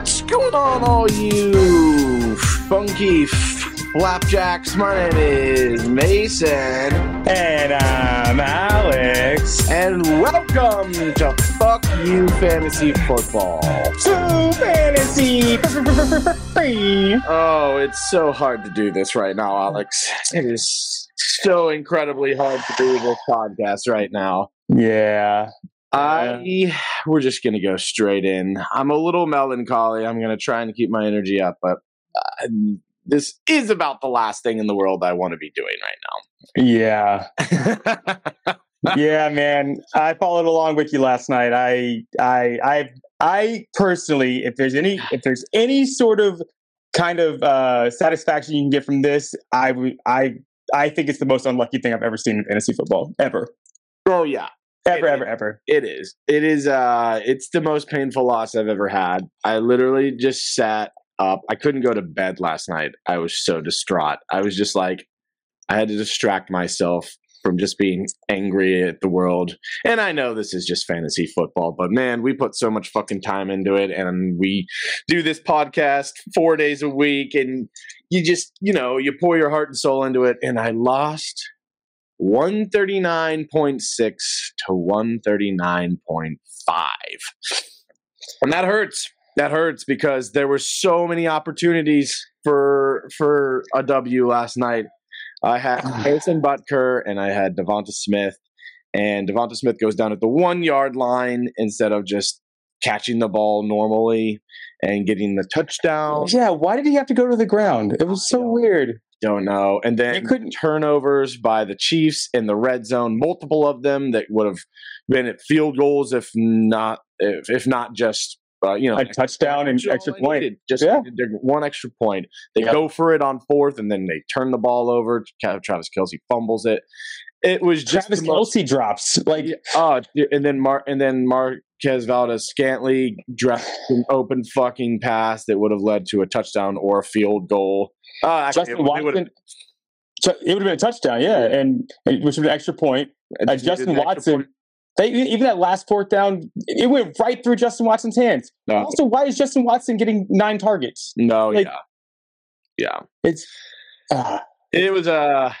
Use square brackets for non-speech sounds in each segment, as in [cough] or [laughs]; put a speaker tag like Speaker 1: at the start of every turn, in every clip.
Speaker 1: on, all you funky flapjacks? My name is Mason,
Speaker 2: And I'm Alex.
Speaker 1: and welcome to Fuck You Fantasy Football.
Speaker 2: Two fantasy. Free.
Speaker 1: Oh, it's so hard to do this right now, Alex. It is so incredibly hard to do this podcast right now.
Speaker 2: Yeah.
Speaker 1: I we're just gonna go straight in. I'm a little melancholy. I'm gonna try and keep my energy up, but uh, this is about the last thing in the world I want to be doing
Speaker 2: Yeah.
Speaker 1: right now.
Speaker 2: Yeah, man. I followed along with you last night. I I I I personally, if there's any if there's any sort of kind of uh satisfaction you can get from this, I would I I think it's the most unlucky thing I've ever seen in fantasy football. Ever.
Speaker 1: oh yeah,
Speaker 2: Ever,
Speaker 1: It-
Speaker 2: ever, ever.
Speaker 1: it is. It is. Uh, it's the most painful loss I've ever had. I literally just sat up. I couldn't go to bed last night. I was so distraught. I was just like, I had to distract myself from just being angry at the world. And I know this is just fantasy football, but man, we put so much fucking time into it and we do this podcast 4 days a week and you just, you know, you pour your heart and soul into it and I lost 139.6 to 139.5. And that hurts. That hurts because there were so many opportunities for for a W last night. I had Harrison Butker and I had Devonta Smith. And Devonta Smith goes down at the one yard line instead of just catching the ball normally and getting the touchdown.
Speaker 2: Yeah, why did he have to go to the ground? It was so
Speaker 1: Oh. I don't-
Speaker 2: weird.
Speaker 1: Don't know. And then
Speaker 2: You couldn't
Speaker 1: turnovers by the Chiefs in the red zone, multiple of them that would have been at field goals if not if, if not just uh, you know
Speaker 2: a touchdown and
Speaker 1: That's all
Speaker 2: extra
Speaker 1: they
Speaker 2: point.
Speaker 1: needed, Just
Speaker 2: Yeah.
Speaker 1: needed their one extra point. They
Speaker 2: Yep.
Speaker 1: go for it on fourth, and then they turn the ball over. Tra- Travis Kelsey fumbles it. It was just
Speaker 2: Travis
Speaker 1: the most-
Speaker 2: Kelsey drops. Like,
Speaker 1: Oh, dude, and then Mar- and then Marquez Valdez Scantley dropped an open fucking pass that would have led to a touchdown or a field goal. Uh, actually,
Speaker 2: Justin
Speaker 1: it would- it would have-
Speaker 2: Watson. So it would have been a touchdown, yeah, and and- which would be an extra point.
Speaker 1: it
Speaker 2: Uh,
Speaker 1: just needed
Speaker 2: Justin
Speaker 1: an extra
Speaker 2: Watson,
Speaker 1: point.
Speaker 2: they, e, even that last fourth down, it went right through Justin Watson's hands.
Speaker 1: No,
Speaker 2: Also, why is Justin Watson getting nine targets?
Speaker 1: no,
Speaker 2: like-
Speaker 1: yeah, yeah.
Speaker 2: It's uh,
Speaker 1: it was uh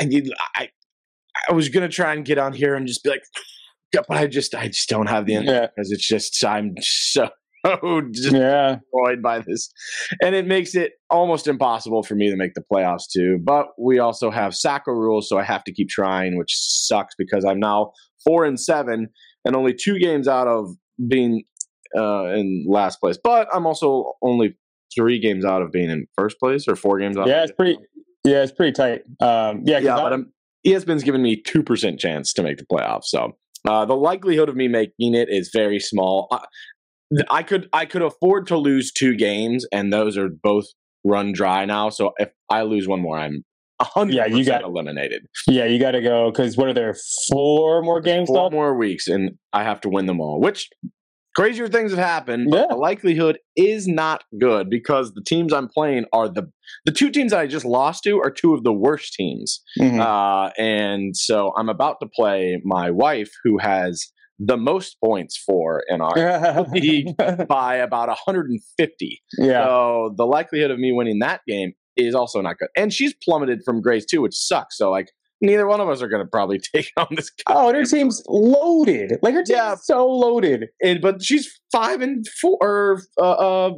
Speaker 1: I need I I was gonna try and get on here and just be like [sighs] "Yeah," but I just I just don't have the energy
Speaker 2: yeah,
Speaker 1: because it's just I'm so [laughs] destroyed
Speaker 2: yeah,
Speaker 1: by this. And it makes it almost impossible for me to make the playoffs too. But we also have soccer rules, so I have to keep trying, which sucks because I'm now four and seven and only two games out of being uh in last place. But I'm also only three games out of being in first place or four games out
Speaker 2: yeah.
Speaker 1: of
Speaker 2: It's pretty, yeah, it's pretty tight. Um, yeah, 'cause
Speaker 1: yeah,
Speaker 2: I-
Speaker 1: but I'm, E ESPN's given me two percent chance to make the playoffs, so uh, the likelihood of me making it is very small. I, th- I could I could afford to lose two games, and those are both run dry now. So if I lose one more, I'm hundred
Speaker 2: Yeah, you
Speaker 1: percent
Speaker 2: got-
Speaker 1: eliminated.
Speaker 2: yeah, you got to go because what are there four more games
Speaker 1: Four
Speaker 2: left?
Speaker 1: more weeks, and I have to win them all. Which crazier things have happened. But
Speaker 2: Yeah.
Speaker 1: the likelihood is not good because the teams I'm playing are the the two teams that I just lost to are two of the worst teams.
Speaker 2: Mhm.
Speaker 1: Uh, and so I'm about to play my wife, who has the most points for in our league by about 150.
Speaker 2: [laughs]
Speaker 1: [laughs]
Speaker 2: yeah,
Speaker 1: So the likelihood of me winning that game is also not good. And she's plummeted from grace too, which sucks. So like neither one of us are going to probably [laughs] take on this.
Speaker 2: oh, their team's loaded. Like her team's
Speaker 1: Yeah.
Speaker 2: so loaded.
Speaker 1: [laughs] And, but she's five and four, or, uh, uh,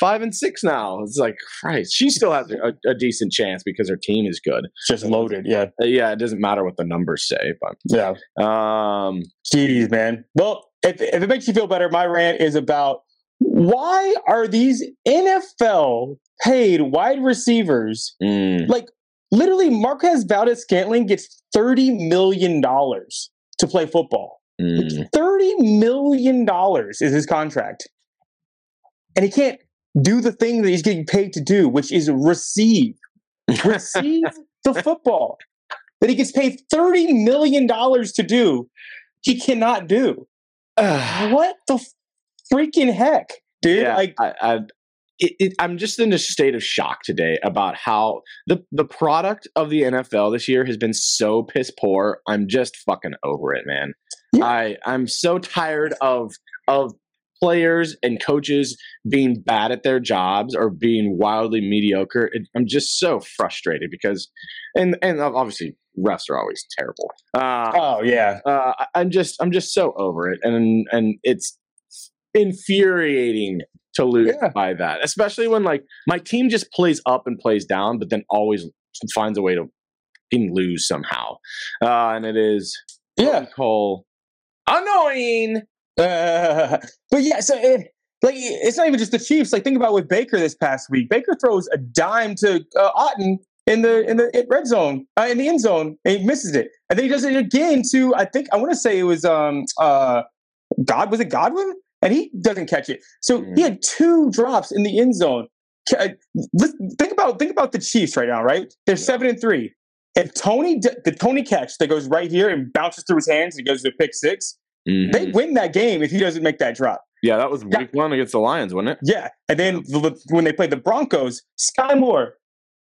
Speaker 1: five and six now. It's like Christ. She still has a, a decent chance because her team is good.
Speaker 2: Just loaded. Yeah,
Speaker 1: Uh, yeah, it doesn't matter what the numbers say,
Speaker 2: yeah.
Speaker 1: but um,
Speaker 2: Jeez, man. Well, if, if it makes you feel better, my rant is about why are these NFL paid wide receivers
Speaker 1: mm.
Speaker 2: like literally Marquez Valdez Scantling gets $30 million to play football?
Speaker 1: Mm.
Speaker 2: $30 million is his contract. And he can't do the thing that he's getting paid to do, which is receive. Receive the football that he gets paid $30 million to do. He cannot do. What the f- freaking heck, dude?
Speaker 1: yeah,
Speaker 2: Like,
Speaker 1: I, I, it, it, I'm just in a state of shock today about how the the product of the NFL this year has been so piss poor. I'm just fucking over it, man.
Speaker 2: Yeah.
Speaker 1: I I'm so tired of of players and coaches being bad at their jobs or being wildly mediocre. It, I'm just so frustrated because, and and obviously refs are always terrible. Uh,
Speaker 2: Oh yeah,
Speaker 1: uh, I- I'm just I'm just so over it, and and it's infuriating to lose
Speaker 2: Yeah.
Speaker 1: by that, especially when like my team just plays up and plays down, but then always finds a way to fucking lose somehow, uh, and it is
Speaker 2: yeah.
Speaker 1: Cole annoying.
Speaker 2: Uh, [laughs] but yeah, so it, like it's not even just the Chiefs. Like think about with Baker this past week. Baker throws a dime to uh, Otten in the in the in red zone uh, in the end zone and he misses it, and then he does it again to I think I want to say it was um uh God was it Godwin, and he doesn't catch it. So
Speaker 1: Mhm.
Speaker 2: he had two drops in the end zone. Ca- uh, let- Think about think about the Chiefs right now, right? They're
Speaker 1: Yeah.
Speaker 2: seven and three. If Tony d- the Tony catch that goes right here and bounces through his hands and goes to pick six, they win that game if he doesn't make that drop.
Speaker 1: Mm-hmm. Yeah, that was
Speaker 2: Yeah.
Speaker 1: week one against the Lions, wasn't it?
Speaker 2: Yeah. And then the- when they played the Broncos, Sky Moore,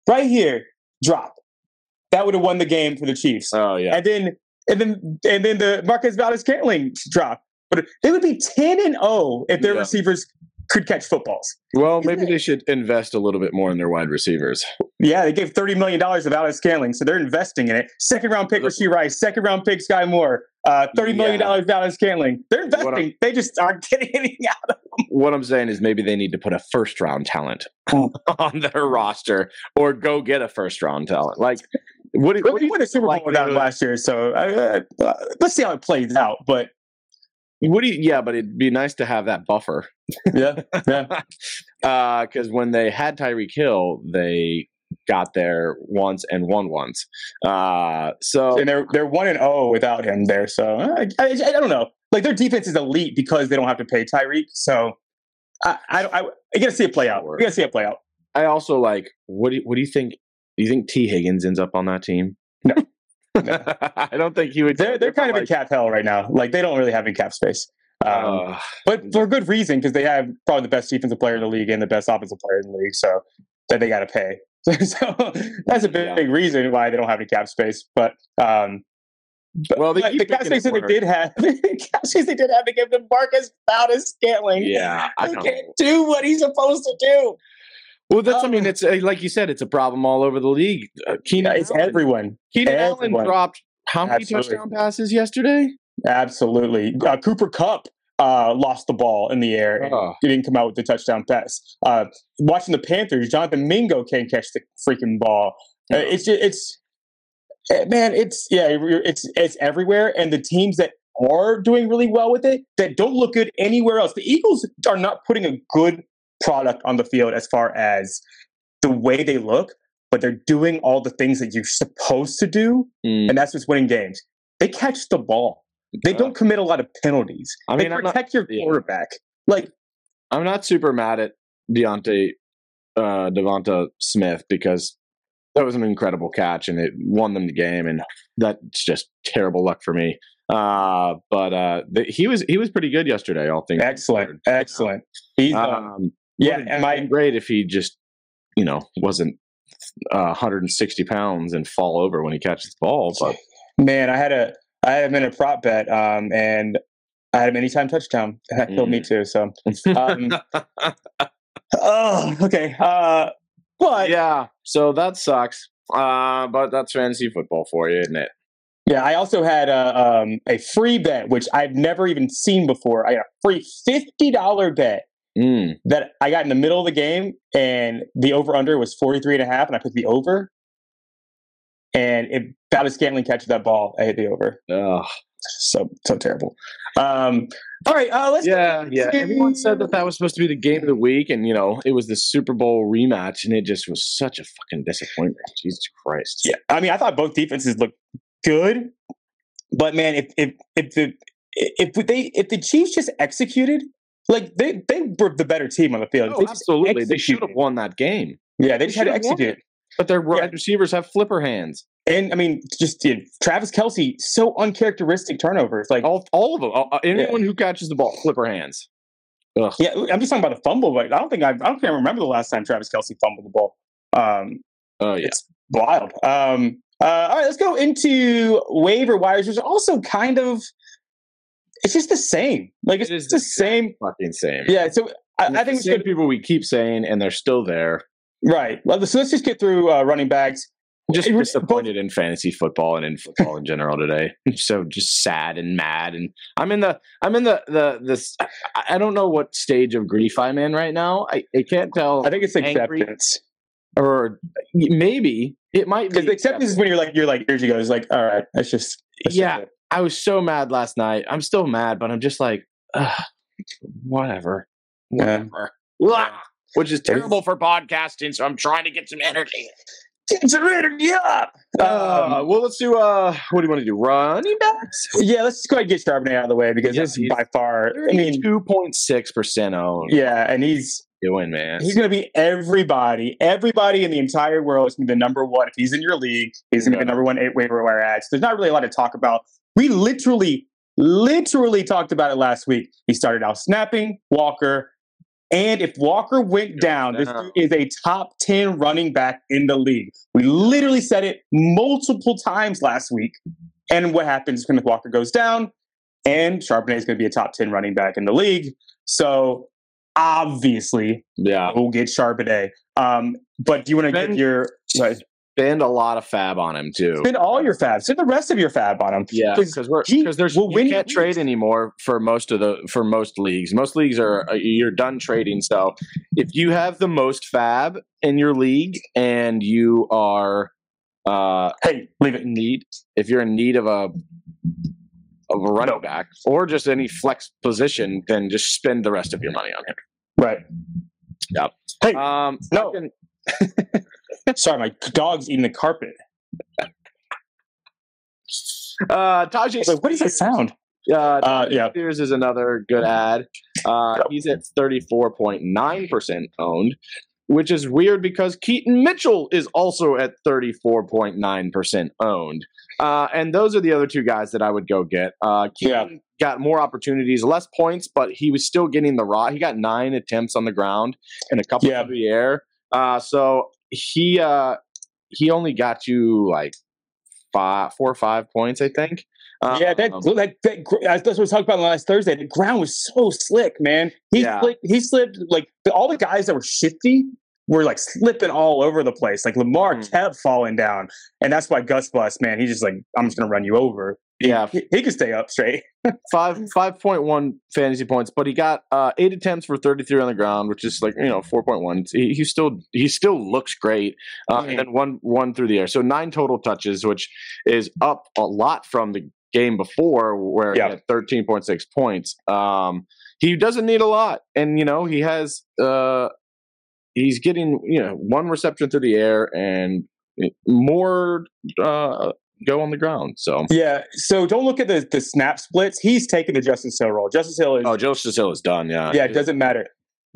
Speaker 2: right here, drop. That would have won the game for the Chiefs.
Speaker 1: Oh yeah,
Speaker 2: And then and then and then the Marcus Valdez Cantling drop. But they would be 10 and 0 if their
Speaker 1: Yeah.
Speaker 2: receivers could catch footballs.
Speaker 1: Well,
Speaker 2: Isn't
Speaker 1: maybe
Speaker 2: it-
Speaker 1: they should invest a little bit more in their wide receivers.
Speaker 2: Yeah, they gave $30 million to Valdez Scantling, so they're investing in it. Second round pick
Speaker 1: The-
Speaker 2: Rasheed Rice, second round pick Sky Moore, uh, $30 million dollars Valdez Scantling. They're
Speaker 1: What I'm-
Speaker 2: investing. They just aren't [laughs] getting anything out.
Speaker 1: What I'm saying is maybe they need to put a first round talent [laughs]
Speaker 2: Oh.
Speaker 1: on their roster or go get a first round talent. Like, what do,
Speaker 2: But
Speaker 1: what do
Speaker 2: we
Speaker 1: you
Speaker 2: won a Super Bowl without him
Speaker 1: likelihood-
Speaker 2: last year, so uh, uh, let's see how it plays out. But
Speaker 1: What do you? Yeah, but it'd be nice to have that buffer
Speaker 2: yeah, yeah,
Speaker 1: because when they had Tyreek Hill, they got there once and won once. Uh, so
Speaker 2: [laughs] and they're they're one and zero without him there. So I, I, I don't know. Like their defense is elite because they don't have to pay Tyreek. So I I, I, I gotta see it play out. We gotta see it play out.
Speaker 1: I also like what do you, what do you think? Do you think T Higgins ends up on that team?
Speaker 2: No.
Speaker 1: [laughs] I don't think he would.
Speaker 2: They're they're kind of in cap hell right now. Like they don't really have any cap space. Um,
Speaker 1: Uh,
Speaker 2: but for good reason because they have probably the best defensive player in the league and the best offensive player in the league, so that they got to pay. [laughs] So that's a big,
Speaker 1: Yeah.
Speaker 2: big reason why they don't have any cap space. But um, but-
Speaker 1: Well, they
Speaker 2: but
Speaker 1: keep
Speaker 2: the cap
Speaker 1: making it
Speaker 2: space that they
Speaker 1: work.
Speaker 2: did have, [laughs] the cap space they did have to give to Marcus Valdez Scantling.
Speaker 1: yeah, I
Speaker 2: who
Speaker 1: don't.
Speaker 2: can't do what he's supposed to do.
Speaker 1: Well, that's. I mean,
Speaker 2: Um,
Speaker 1: it's uh, like you said, it's a problem all over the league. Uh, Keenan,
Speaker 2: Yeah, it's
Speaker 1: Allen,
Speaker 2: everyone.
Speaker 1: Keenan Allen
Speaker 2: everyone.
Speaker 1: dropped how many
Speaker 2: Absolutely.
Speaker 1: touchdown passes yesterday?
Speaker 2: Absolutely. Uh, Cooper Cup uh, lost the ball in the air and
Speaker 1: Oh.
Speaker 2: didn't come out with the touchdown pass. Uh, watching the Panthers, Jonathan Mingo can't catch the freaking ball.
Speaker 1: No.
Speaker 2: Uh, It's it's eh, man, it's yeah, it's it's everywhere, and the teams that are doing really well with it that don't look good anywhere else. The Eagles are not putting a good product on the field as far as the way they look, but they're doing all the things that you're supposed to do,
Speaker 1: Mm.
Speaker 2: and that's what's winning games. They catch the ball. They
Speaker 1: Uh,
Speaker 2: don't commit a lot of penalties.
Speaker 1: I mean,
Speaker 2: they
Speaker 1: I'm not-
Speaker 2: protect your
Speaker 1: yeah.
Speaker 2: quarterback. Like,
Speaker 1: I'm not super mad at Deontay uh, Devonta Smith because that was an incredible catch and it won them the game, and that's just terrible luck for me. Uh, but uh, th- he was he was pretty good yesterday. All things
Speaker 2: excellent, excellent. He's um,
Speaker 1: Um,
Speaker 2: yeah,
Speaker 1: would've
Speaker 2: and my
Speaker 1: been great if he just you know wasn't uh, 160 pounds and fall over when he catches the [laughs] ball. But
Speaker 2: man, I had a I had him in a prop bet, um, and I had him anytime touchdown. That killed me too. So, um, oh, okay. Uh, but yeah.
Speaker 1: yeah, so that sucks. Uh, but that's fantasy football for you, isn't it?
Speaker 2: I also had a um, a free bet which I've never even seen before. I got a free fifty dollar bet
Speaker 1: Mm.
Speaker 2: that I got in the middle of the game and the over under was 43 and a half and I put the over. And if Valdez Scantling catches that ball, I hit the over.
Speaker 1: Ugh.
Speaker 2: So so terrible. Um, all right, uh, let's
Speaker 1: yeah, yeah. Everyone said that that was supposed to be the game of the week, and you know it was the Super Bowl rematch, and it just was such a fucking disappointment. Jesus Christ.
Speaker 2: Yeah, I mean, I thought both defenses looked good, but man, if if if the if they if the Chiefs just executed, like they they were the better team on the field.
Speaker 1: Oh,
Speaker 2: They just
Speaker 1: absolutely. They should
Speaker 2: executed.
Speaker 1: have won that game,
Speaker 2: yeah, they
Speaker 1: they
Speaker 2: just had to
Speaker 1: should've won
Speaker 2: execute.
Speaker 1: but their wide
Speaker 2: Yeah.
Speaker 1: receivers have flipper hands.
Speaker 2: And I mean, just dude, Travis Kelsey, so uncharacteristic turnovers. Like
Speaker 1: All, all of them. All- uh, Anyone who catches the ball, flipper hands. Ugh.
Speaker 2: Yeah, I'm just talking about the fumble. But I don't think I, I don't think I remember the last time Travis Kelsey fumbled the ball. Um,
Speaker 1: Oh yeah.
Speaker 2: It's wild. Um, uh, all right, let's go into waiver wires. There's also kind of it's just the same. Like it's
Speaker 1: It is
Speaker 2: the
Speaker 1: the
Speaker 2: same.
Speaker 1: fucking same.
Speaker 2: Yeah. So I, I think
Speaker 1: It's
Speaker 2: it's
Speaker 1: the same
Speaker 2: good.
Speaker 1: people we keep saying, and they're still there.
Speaker 2: Right. Well, So let's just get through uh, running backs.
Speaker 1: Just
Speaker 2: It was-
Speaker 1: disappointed in fantasy football and in football in general today. [laughs] so just sad and mad, and I'm in the I'm in the the this. I- I don't know what stage of grief I'm in right now. I, I can't tell.
Speaker 2: I think it's
Speaker 1: Angry.
Speaker 2: acceptance
Speaker 1: or maybe it might be
Speaker 2: because acceptance is when you're like you're like years ago. It's like all right, that's just that's just
Speaker 1: Yeah.
Speaker 2: it.
Speaker 1: I was so mad last night. I'm still mad, but I'm just like, ugh, whatever,
Speaker 2: Yeah.
Speaker 1: whatever. Blah! Which is terrible for podcasting. So I'm trying to get some energy.
Speaker 2: Get your energy up.
Speaker 1: Uh,
Speaker 2: Um,
Speaker 1: well, let's do. Uh, what do you want to do? Running backs.
Speaker 2: yeah, let's just go ahead and get Charbonnet out of the way because
Speaker 1: Yeah,
Speaker 2: this is
Speaker 1: he's-
Speaker 2: by far. I mean,
Speaker 1: Two point six percent owned.
Speaker 2: yeah, and he's
Speaker 1: Doing man.
Speaker 2: he's going to be everybody. Everybody in the entire world is going to be the number one. If he's in your league, he's going to be the number one eight waiver wire ads. There's not really a lot to talk about. We literally, literally talked about it last week. He started out snapping Walker. And if Walker went down, this dude is a top 10 running back in the league. We literally said it multiple times last week. And what happens when Walker goes down? And Charbonnet is going to be a top 10 running back in the league. So obviously,
Speaker 1: yeah.
Speaker 2: we'll get Charbonnet. Um, but do you want to
Speaker 1: Ben-
Speaker 2: give your right,
Speaker 1: Spend a lot of fab on him too.
Speaker 2: spend all your fab, spend the rest of your fab on him?
Speaker 1: Yeah,
Speaker 2: 'Cause-
Speaker 1: because we're
Speaker 2: he
Speaker 1: because there's
Speaker 2: will
Speaker 1: you
Speaker 2: win
Speaker 1: can't
Speaker 2: you
Speaker 1: trade
Speaker 2: leagues.
Speaker 1: anymore for most of the for most leagues. Most leagues are uh, you're done trading. So if you have the most fab in your league and you are uh,
Speaker 2: Hey, leave it.
Speaker 1: in need, if you're in need of a of a running
Speaker 2: No.
Speaker 1: back or just any flex position, then just spend the rest of your money on him.
Speaker 2: Right. Hey,
Speaker 1: Um,
Speaker 2: no.
Speaker 1: I can-
Speaker 2: [laughs] Sorry, my dog's eating the carpet.
Speaker 1: uh, Tajay.
Speaker 2: Like, what is that sound?
Speaker 1: Uh,
Speaker 2: Uh, yeah.
Speaker 1: Spears is another good ad. Uh, he's at 34.9% owned, which is weird because Keaton Mitchell is also at 34.9% owned. Uh, and those are the other two guys that I would go get. Uh,
Speaker 2: Yeah.
Speaker 1: Keaton got more opportunities, less points, but he was still getting the raw. He got nine attempts on the ground and a couple
Speaker 2: Yeah.
Speaker 1: through the air. Uh, so he uh, he only got you like five, four or five points, I think.
Speaker 2: yeah, that,
Speaker 1: Um,
Speaker 2: that, that gr- that's what we talked about last Thursday. The ground was so slick, man. He
Speaker 1: Yeah.
Speaker 2: slipped, he slipped like the, all the guys that were shifty were like slipping all over the place. Like Lamar
Speaker 1: Mhm.
Speaker 2: kept falling down, and that's why Gus Bus, man, he's just like, I'm just gonna run you over.
Speaker 1: yeah,
Speaker 2: He, he could stay up straight.
Speaker 1: five five point one fantasy points, but he got uh, eight attempts for thirty three on the ground, which is like you know four point one. He, he still he still looks great, uh,
Speaker 2: Mhm.
Speaker 1: and then one one through the air, so nine total touches, which is up a lot from the game before where
Speaker 2: Yeah.
Speaker 1: he had thirteen point six points. Um, he doesn't need a lot, and you know he has uh, he's getting you know one reception through the air and eh, more uh, go on the ground. So
Speaker 2: Yeah. So don't look at the the snap splits. He's taking the Justice Hill role. Justice Hill is
Speaker 1: oh, Joe Cecil is done. Yeah,
Speaker 2: yeah, it doesn't matter.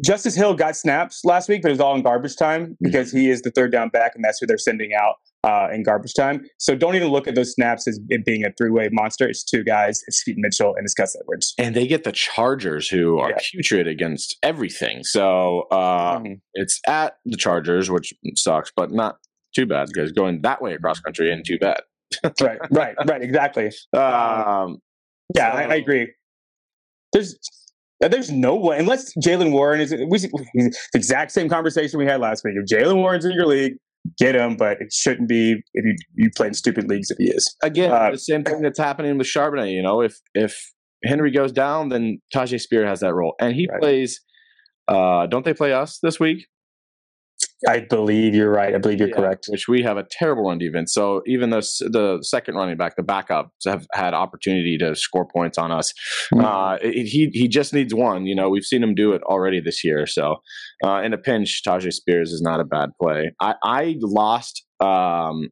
Speaker 2: Justice Hill got snaps last week, but it was all in garbage
Speaker 1: Mm-hmm.
Speaker 2: time because he is the third down back, and that's who they're sending out uh, in garbage time. So don't even look at those snaps as it being a three way monster. It's two guys. It's Keaton Mitchell and it's Gus Edwards.
Speaker 1: and they get the Chargers, who are
Speaker 2: Yeah. Hmm.
Speaker 1: putrid against everything. So uh, it's at the Chargers, which sucks, but not too bad because going that way across
Speaker 2: Hmm.
Speaker 1: country and too bad.
Speaker 2: right, right, right. Exactly. Uh-huh.
Speaker 1: Um,
Speaker 2: Yeah, I, I
Speaker 1: So-
Speaker 2: agree. There's there's no way unless Jalen Warren is. We the exact same conversation we had last week. If Jalen Warren's in your league, get him. But it shouldn't be if you you play in stupid leagues if he is.
Speaker 1: again,
Speaker 2: Uh,
Speaker 1: the same thing that's happening with Charbonnet. You know, if if Henry goes down, then Tajay Spear has that role, and he
Speaker 2: Right.
Speaker 1: plays. Uh, don't they play us this week?
Speaker 2: I believe you're right. I believe you're
Speaker 1: Yeah,
Speaker 2: correct.
Speaker 1: Which we have a terrible run defense. So even the s- the second running back, the backups, have had opportunity to score points on us. Uh, it- he he just needs one. You know, we've seen him do it already this year. So, uh, in a pinch, Tajay Spears is not a bad play. I I lost um,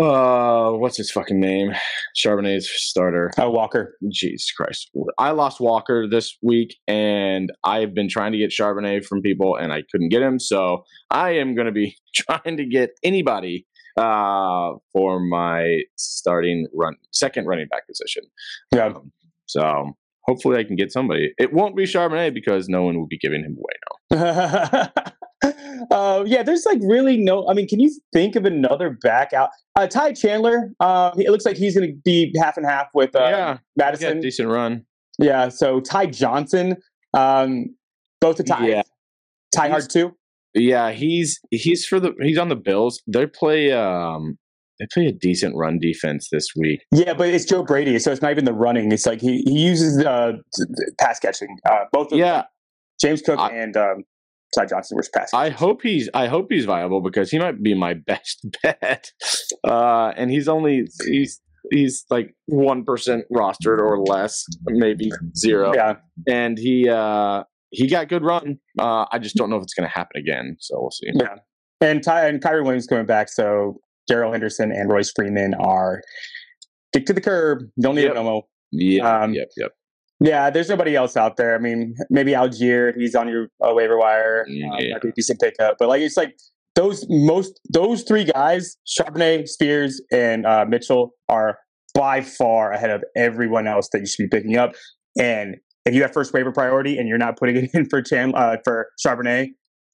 Speaker 1: uh, what's his fucking name? Charbonnet's starter.
Speaker 2: Oh, Walker.
Speaker 1: Jesus Christ! I lost Walker this week, and I've been trying to get Charbonnet from people, and I couldn't get him. So I am going to be [laughs] trying to get anybody uh for my starting run second running back position.
Speaker 2: Yeah. [laughs]
Speaker 1: Um, so hopefully I can get somebody. It won't be Charbonnet because no one will be giving him away now.
Speaker 2: Uh, yeah, there's like really no. I mean, can you think of another back out? Uh, Ty Chandler. Uh, it looks like he's going to be half and half with uh,
Speaker 1: yeah, he got a
Speaker 2: Madison.
Speaker 1: decent run.
Speaker 2: Yeah. So Ty Johnson. Um, both the Ty.
Speaker 1: Yeah.
Speaker 2: Ty Hard too.
Speaker 1: Yeah, he's he's for the he's on the Bills. They play um they play a decent run defense this week.
Speaker 2: Yeah, but it's Joe Brady, so it's not even the running. It's like he, he uses uh, t- t- pass catching. Uh, both of
Speaker 1: Yeah,
Speaker 2: James Cook
Speaker 1: I-
Speaker 2: and um, Ty Johnson were pass.
Speaker 1: I hope he's I hope he's viable because he might be my [laughs] best bet. Uh and he's only he's he's like 1% rostered or less, maybe zero.
Speaker 2: yeah,
Speaker 1: And he uh he got good run. Uh I just don't know if it's going to happen again, so we'll see.
Speaker 2: Yeah. and Ty and Kyrie Williams coming back, so Daryl Henderson and Royce Freeman are kicked to the curb. Don't need
Speaker 1: Yep.
Speaker 2: a Romo.
Speaker 1: Yeah.
Speaker 2: Um,
Speaker 1: yep, yep.
Speaker 2: Yeah, there's nobody else out there. I mean, maybe Algier, he's on your uh, waiver wire. Um,
Speaker 1: Yeah.
Speaker 2: Might be a decent pickup, but like it's like those most those three guys, Charbonnet, Spears, and uh, Mitchell, are by far ahead of everyone else that you should be picking up. And if you have first waiver priority and you're not putting it [laughs] in for Chan uh, for Charbonnet,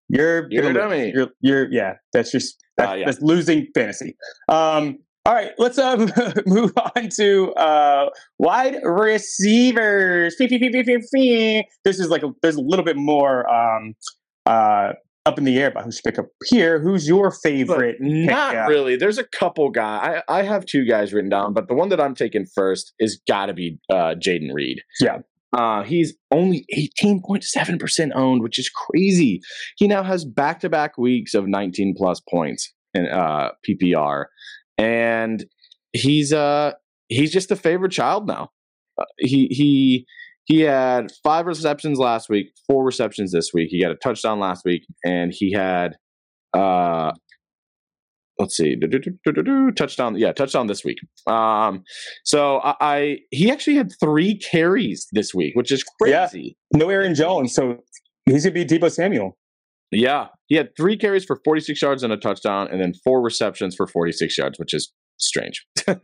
Speaker 2: you're
Speaker 1: You're a
Speaker 2: gonna lose.
Speaker 1: dummy.
Speaker 2: You're, you're yeah, that's just that's,
Speaker 1: Uh, yeah.
Speaker 2: that's losing fantasy. Um, all right, let's uh, [laughs] move on to uh, wide receivers. Fee, fee, fee, fee, fee, fee. This is like a, there's a little bit more um, uh, up in the air about who should pick up here. Who's your
Speaker 1: But
Speaker 2: favorite?
Speaker 1: not
Speaker 2: yeah.
Speaker 1: really. There's a couple guys. I, I have two guys written down, but the one that I'm taking first is got to be uh, Jaden Reed.
Speaker 2: Yeah.
Speaker 1: Uh, he's only 18.7% owned, which is crazy. He now has back to back weeks of 19 plus points in uh, PPR. And he's uh he's just the favorite child now. Uh, he he he had five receptions last week, four receptions this week. He got a touchdown last week, and he had uh let's see do-do-do-do-do-do, touchdown yeah touchdown this week um so I, I he actually had three carries this week which is
Speaker 2: Yeah.
Speaker 1: crazy
Speaker 2: No Aaron Jones, so he's gonna be Debo Samuel.
Speaker 1: yeah. He had three carries for 46 yards and a touchdown, and then four receptions for 46 yards, which is strange. [laughs] uh,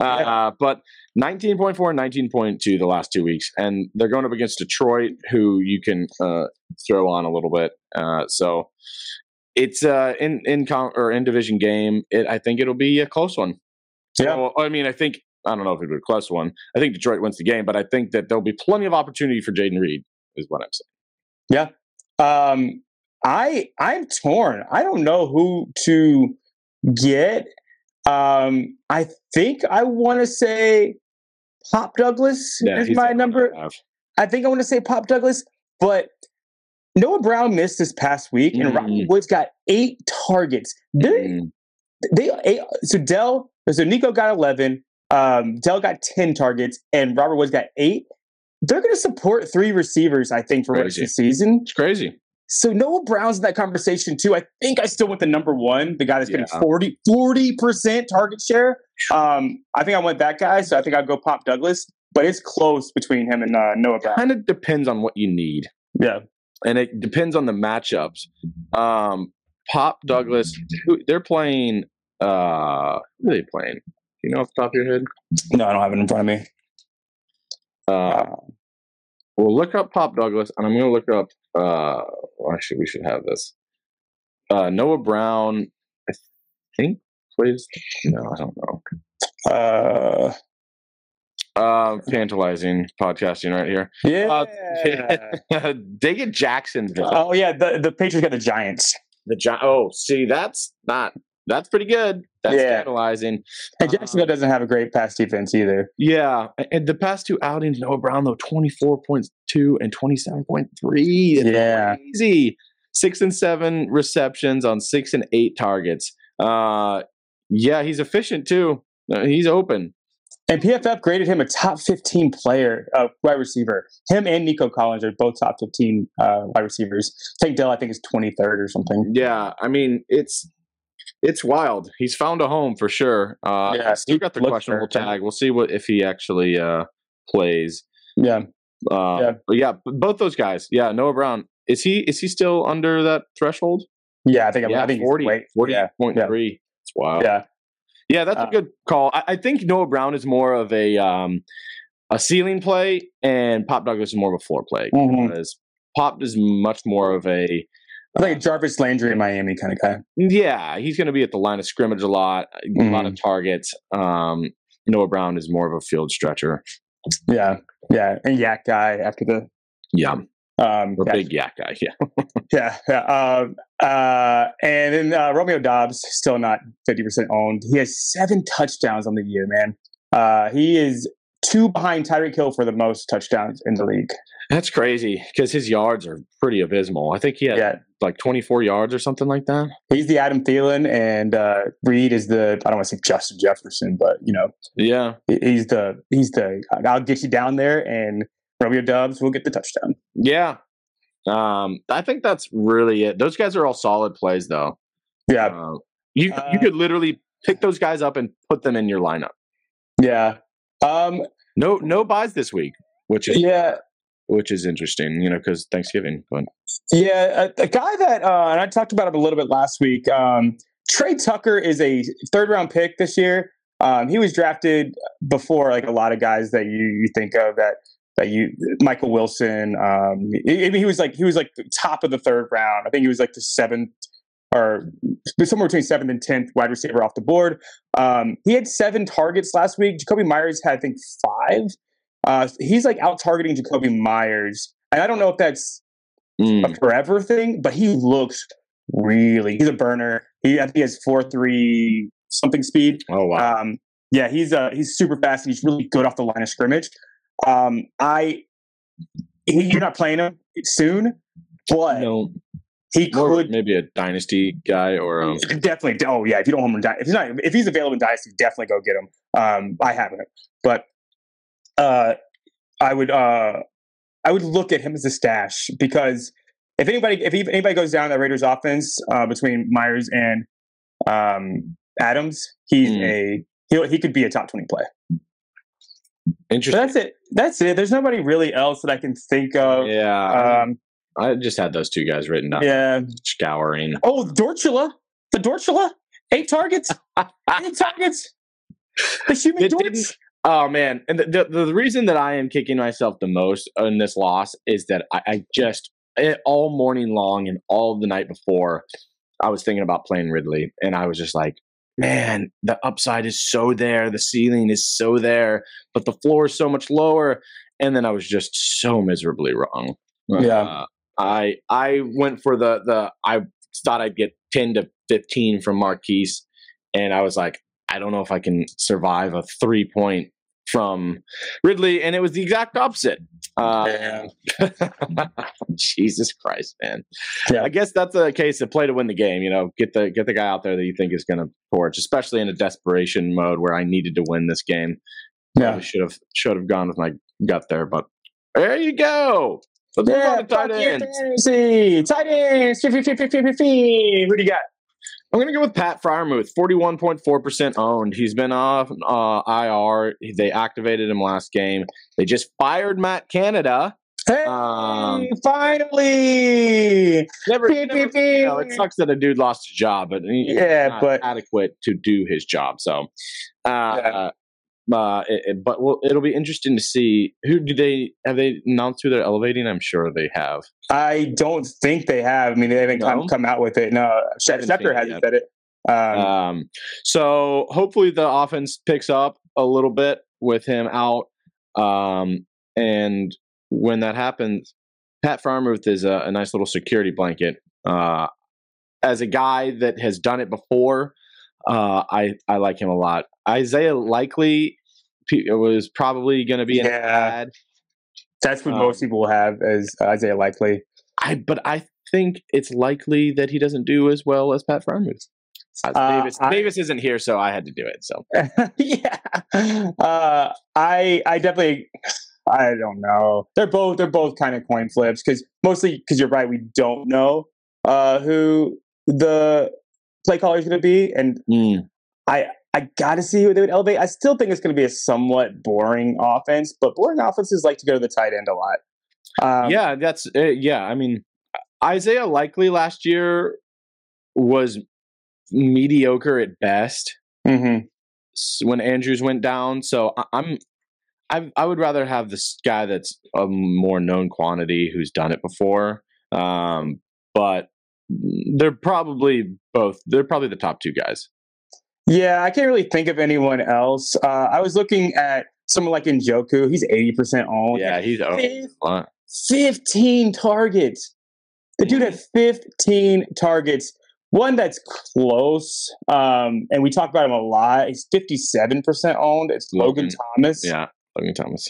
Speaker 2: Yeah.
Speaker 1: But 19.4 and 19.2 the last two weeks. And they're going up against Detroit, who you can uh, throw on a little bit. Uh, so it's uh, in, in, con- or in division game. It, I think it'll be a close one.
Speaker 2: Yeah.
Speaker 1: Well, I mean, I think I don't know if it'd be a close one. I think Detroit wins the game, but I think that there'll be plenty of opportunity for Jaden Reed, is what I'm saying.
Speaker 2: Um, I I'm torn. I don't know who to get. Um, I think I want to say Pop Douglas is
Speaker 1: he's the
Speaker 2: my
Speaker 1: one
Speaker 2: number.
Speaker 1: I have.
Speaker 2: I think I want to say Pop Douglas, but Noah Brown missed this past week, and
Speaker 1: Mm.
Speaker 2: Robin Woods got eight targets. They
Speaker 1: Mm.
Speaker 2: they eight, so Dell so Nico got eleven, um, Dell got ten targets, and Robert Woods got eight. They're going to support three receivers, I think, for the rest of the season.
Speaker 1: It's crazy.
Speaker 2: So Noah Brown's in that conversation too. I think I still went the number one, the guy that's getting
Speaker 1: Yeah.
Speaker 2: 40 percent target share. Um, I think I went that guy, so I think I'll go Pop Douglas. But it's close between him and uh, Noah Brown.
Speaker 1: Kind of depends on what you need,
Speaker 2: Yeah,
Speaker 1: and it depends on the matchups. Um, Pop Douglas, who, they're playing. Uh, who are they playing? Do you know off the top of your head?
Speaker 2: no, I don't have it in front of me.
Speaker 1: Uh,
Speaker 2: Uh,
Speaker 1: well, look up Pop Douglas, and I'm going to look up. Uh, well, actually, we should have this. Uh, Noah Brown, I think plays. No, I don't know.
Speaker 2: uh,
Speaker 1: Um, tantalizing podcasting right here. [laughs]
Speaker 2: yeah. [laughs]
Speaker 1: they get Jacksonville.
Speaker 2: oh yeah, the the Patriots got the Giants.
Speaker 1: The Gi- oh, see, that's not that's pretty good. That's
Speaker 2: Yeah.
Speaker 1: tantalizing.
Speaker 2: And Jacksonville doesn't have a great pass defense either.
Speaker 1: Yeah, and the past two outings, Noah Brown though twenty four point two and twenty seven point three.
Speaker 2: Yeah.
Speaker 1: crazy. Six and seven receptions on six and eight targets. Uh, yeah, he's efficient too. Uh, he's open.
Speaker 2: And PFF graded him a top 15 player, uh, wide receiver. Him and Nico Collins are both top 15 uh, wide receivers. Tank Dell, I think, is 23rd or something.
Speaker 1: Yeah, I mean it's it's wild. He's found a home for sure. Uh,
Speaker 2: Yeah,
Speaker 1: still got the
Speaker 2: looks
Speaker 1: questionable
Speaker 2: very good.
Speaker 1: tag. We'll see what if he actually uh plays.
Speaker 2: Yeah.
Speaker 1: Uh,
Speaker 2: Yeah.
Speaker 1: but yeah, b- both those guys. Yeah, Noah Brown. Is he is he still under that threshold?
Speaker 2: Yeah, I think I'm,
Speaker 1: yeah, Oh.
Speaker 2: I think
Speaker 1: 40,
Speaker 2: 40, wait,
Speaker 1: 40
Speaker 2: yeah,
Speaker 1: point three. It's wild. Yeah,
Speaker 2: yeah,
Speaker 1: that's
Speaker 2: Uh,
Speaker 1: a good call. I, I think Noah Brown is more of a um a ceiling play, and Pop Douglas is more of a floor play
Speaker 2: Mhm.
Speaker 1: because Pop is much more of a
Speaker 2: like a Jarvis Landry in Miami kind of guy.
Speaker 1: Yeah, he's going to be at the line of scrimmage a lot, uh, a lot
Speaker 2: Mhm.
Speaker 1: of targets. Um, Noah Brown is more of a field stretcher.
Speaker 2: Yeah, yeah, and Yak guy after the
Speaker 1: Yeah,
Speaker 2: um,
Speaker 1: a
Speaker 2: yeah,
Speaker 1: big yak guy. Yeah,
Speaker 2: yeah, yeah. Um, uh, and then uh, Romeo Dobbs still not fifty percent owned. He has seven touchdowns on the year, man. Uh, he is two behind Tyreek Hill for the most touchdowns in the league.
Speaker 1: that's crazy because his yards are pretty abysmal. I think he
Speaker 2: Yeah,
Speaker 1: had like 24 yards or something like that.
Speaker 2: he's the Adam Thielen, and uh, Reed is the I don't want to say Justin Jefferson, but you know
Speaker 1: Yeah,
Speaker 2: he- he's the he's the I'll get you down there, and Romeo Dobbs will get the touchdown.
Speaker 1: yeah. Um, I think that's really it. Those guys are all solid plays, though.
Speaker 2: Yeah,
Speaker 1: Uh, you you
Speaker 2: Uh,
Speaker 1: could literally pick those guys up and put them in your lineup.
Speaker 2: yeah, um,
Speaker 1: No no buys this week, which is
Speaker 2: yeah.
Speaker 1: which is interesting, you know, because Thanksgiving. But
Speaker 2: Yeah, a, a guy that uh, and I talked about him a little bit last week. Um, Trey Tucker is a third round pick this year. Um, he was drafted before like a lot of guys that you you think of that that you Michael Wilson. Um, he, he- he was like he was like the top of the third round. I think he was like the seventh or somewhere between seventh and tenth wide receiver off the board. Um, he had seven targets last week. Jacoby Myers had I think five. Uh, he's like out targeting Jacoby Myers, and I don't know if that's
Speaker 1: Mm,
Speaker 2: a forever thing, but he looks really. He's a burner. He I think he has four three something speed.
Speaker 1: [laughs] oh wow.
Speaker 2: Um, yeah, he's uh he's super fast and he's really good off the line of scrimmage. Um, I he, you're not playing him soon, but
Speaker 1: no,
Speaker 2: he
Speaker 1: more
Speaker 2: could
Speaker 1: maybe a dynasty guy or um,
Speaker 2: definitely. Oh yeah, if you don't have him, in Dy- if he's not, if he's available in Dynasty, definitely go get him. Um, I have him, but uh, I would uh, I would look at him as a stash because if anybody if he- anybody goes down that Raiders offense uh, between Myers and um, Adams, he's
Speaker 1: Mm.
Speaker 2: a he he could be a top twenty play. But
Speaker 1: interesting.
Speaker 2: that's it. That's it. There's nobody really else that I can think of.
Speaker 1: Yeah,
Speaker 2: Um,
Speaker 1: I just had those two guys written down.
Speaker 2: yeah.
Speaker 1: Scouring.
Speaker 2: Oh, Dortula, the Dortula,
Speaker 1: [laughs]
Speaker 2: eight targets, eight targets. The human
Speaker 1: It
Speaker 2: Dortch.
Speaker 1: didn't- Oh man, and the, the the reason that I am kicking myself the most in this loss is that I, I just eh, all morning long and all the night before, I was thinking about playing Ridley, and I was just like, man, the upside is so there, the ceiling is so there, but the floor is so much lower, and then I was just so miserably wrong.
Speaker 2: Yeah.
Speaker 1: Uh, I I went for the the I thought I'd get ten to fifteen from Marquise, and I was like, I don't know if I can survive a three point from Ridley, and it was the exact opposite. Uh,
Speaker 2: Yeah.
Speaker 1: Jesus Christ, man!
Speaker 2: Yeah.
Speaker 1: I guess that's a case of play to win the game. You know, get the get the guy out there that you think is going to torch, especially in a desperation mode where I needed to win this game.
Speaker 2: Yeah.
Speaker 1: I should have should have gone with my gut there, but there you go. Let's move on to tight
Speaker 2: fuck your
Speaker 1: ends.
Speaker 2: fantasy. Tight ends. Fee, fee, fee, fee, fee, fee, fee. Who do you got?
Speaker 1: I'm gonna go with Pat Fryermuth, 41.4% owned. He's been off uh, IR. They activated him last game. They just fired Matt Canada.
Speaker 2: Hey,
Speaker 1: Um,
Speaker 2: finally.
Speaker 1: Never,
Speaker 2: Fee, fee,
Speaker 1: never-
Speaker 2: fee.
Speaker 1: you know, it sucks that a dude lost his job, but he- he's
Speaker 2: Yeah,
Speaker 1: not
Speaker 2: but-
Speaker 1: adequate to do his job. So,
Speaker 2: Yeah.
Speaker 1: uh, uh, it, it- but well, it'll be interesting to see who do they have they announced who they're elevating. I'm sure they have.
Speaker 2: I don't think they have. I mean, they haven't
Speaker 1: No?
Speaker 2: come, come out with it. No, Sh-
Speaker 1: Haven't seen
Speaker 2: Schefter
Speaker 1: it
Speaker 2: hasn't
Speaker 1: yet.
Speaker 2: said it. Um,
Speaker 1: Um, so hopefully the offense picks up a little bit with him out. Um, and when that happens, Pat Farmouth is a, a nice little security blanket. Uh, as a guy that has done it before, uh, I I like him a lot. Isaiah likely p- was probably going to be an
Speaker 2: yeah,
Speaker 1: ad.
Speaker 2: that's what
Speaker 1: um,
Speaker 2: most people have as Isaiah Likely.
Speaker 1: I but I think it's likely that he doesn't do as well as Pat Farmouth. Uh,
Speaker 2: Uh,
Speaker 1: Davis,
Speaker 2: I-
Speaker 1: Davis isn't here, so I had to do it. So
Speaker 2: [laughs] yeah. Uh, I I definitely I don't know. They're both they're both kind of coin flips because mostly because you're right. We don't know uh, who the play caller is going to be, and I got to see who they would elevate. I still think it's going to be a somewhat boring offense, but boring offenses like to go to the tight end a lot. Um,
Speaker 1: yeah, that's uh, yeah. I mean, Isaiah likely last year was mediocre at best
Speaker 2: mhm.
Speaker 1: s- when Andrews went down. So I, I'm, I I would rather have this guy that's a more known quantity who's done it before. Um, but they're probably both. They're probably the top two guys.
Speaker 2: Yeah, I can't really think of anyone else. Uh, I was looking at someone like Njoku. He's 80% owned.
Speaker 1: Yeah, he's
Speaker 2: Fif-
Speaker 1: oh,
Speaker 2: 15 targets. The dude had 15 targets. One that's close, um, and we talk about him a lot. He's 57% owned. It's Logan,
Speaker 1: Logan.
Speaker 2: Thomas.
Speaker 1: Mm-hmm. yeah, Logan Thomas.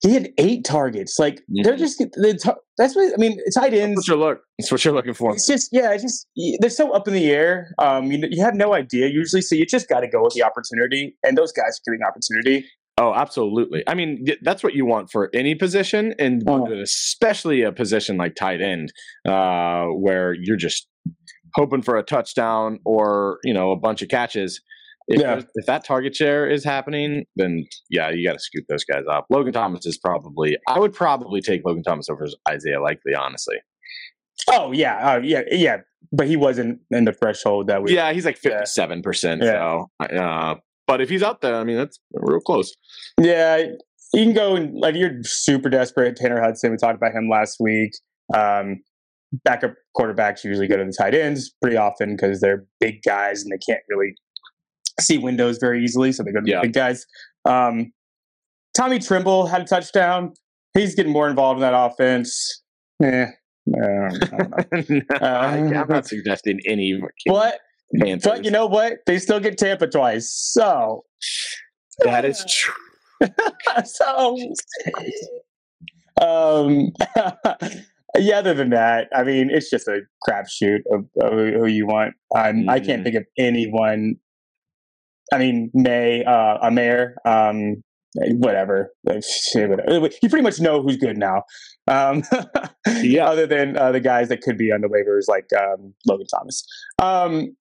Speaker 2: He had eight targets. Like, they're
Speaker 1: Mhm.
Speaker 2: just, the tar- that's what, I mean, tight ends.
Speaker 1: That's what you're look. That's what you're looking for.
Speaker 2: It's just yeah, it's just y- they're so up in the air. Um, you, you have no idea usually, so you just got to go with the opportunity. And those guys are getting opportunity.
Speaker 1: Oh, absolutely. I mean, y- that's what you want for any position, and
Speaker 2: Oh.
Speaker 1: especially a position like tight end, uh, where you're just hoping for a touchdown or you know a bunch of catches. If,
Speaker 2: Yeah.
Speaker 1: there's- if that target share is happening, then yeah, you got to scoop those guys up. Logan Thomas is probably. I would probably take Logan Thomas over Isaiah Likely, honestly.
Speaker 2: Oh yeah, uh, yeah, yeah. But he wasn't in the threshold that we.
Speaker 1: Yeah, he's like
Speaker 2: Yeah.
Speaker 1: fifty-seven percent.
Speaker 2: Yeah.
Speaker 1: So, uh, but if he's out there, I mean, that's real close. [laughs]
Speaker 2: yeah. You can go and like you're super desperate. Tanner Hudson, we talked about him last week. Um, backup quarterbacks usually go to the tight ends pretty often because they're big guys and they can't really see windows very easily, so they go to
Speaker 1: Yeah.
Speaker 2: the big guys. Um, Tommy Trimble had a touchdown. He's getting more involved in that offense. Eh, I don't- I
Speaker 1: [laughs]
Speaker 2: don't know.
Speaker 1: No, I- I'm
Speaker 2: Uh, [laughs]
Speaker 1: not suggesting any
Speaker 2: but
Speaker 1: Panthers.
Speaker 2: but you know what? They still get Tampa twice. So
Speaker 1: that
Speaker 2: [laughs]
Speaker 1: is true.
Speaker 2: so um [laughs] yeah other than that i mean it's just a crapshoot of, of who you want I'm, i can't
Speaker 1: Mhm.
Speaker 2: think of anyone i mean may uh a mayor um whatever eh, you pretty much know who's good now um [laughs]
Speaker 1: Yeah.
Speaker 2: other than uh, the guys that could be on the waivers like um logan thomas um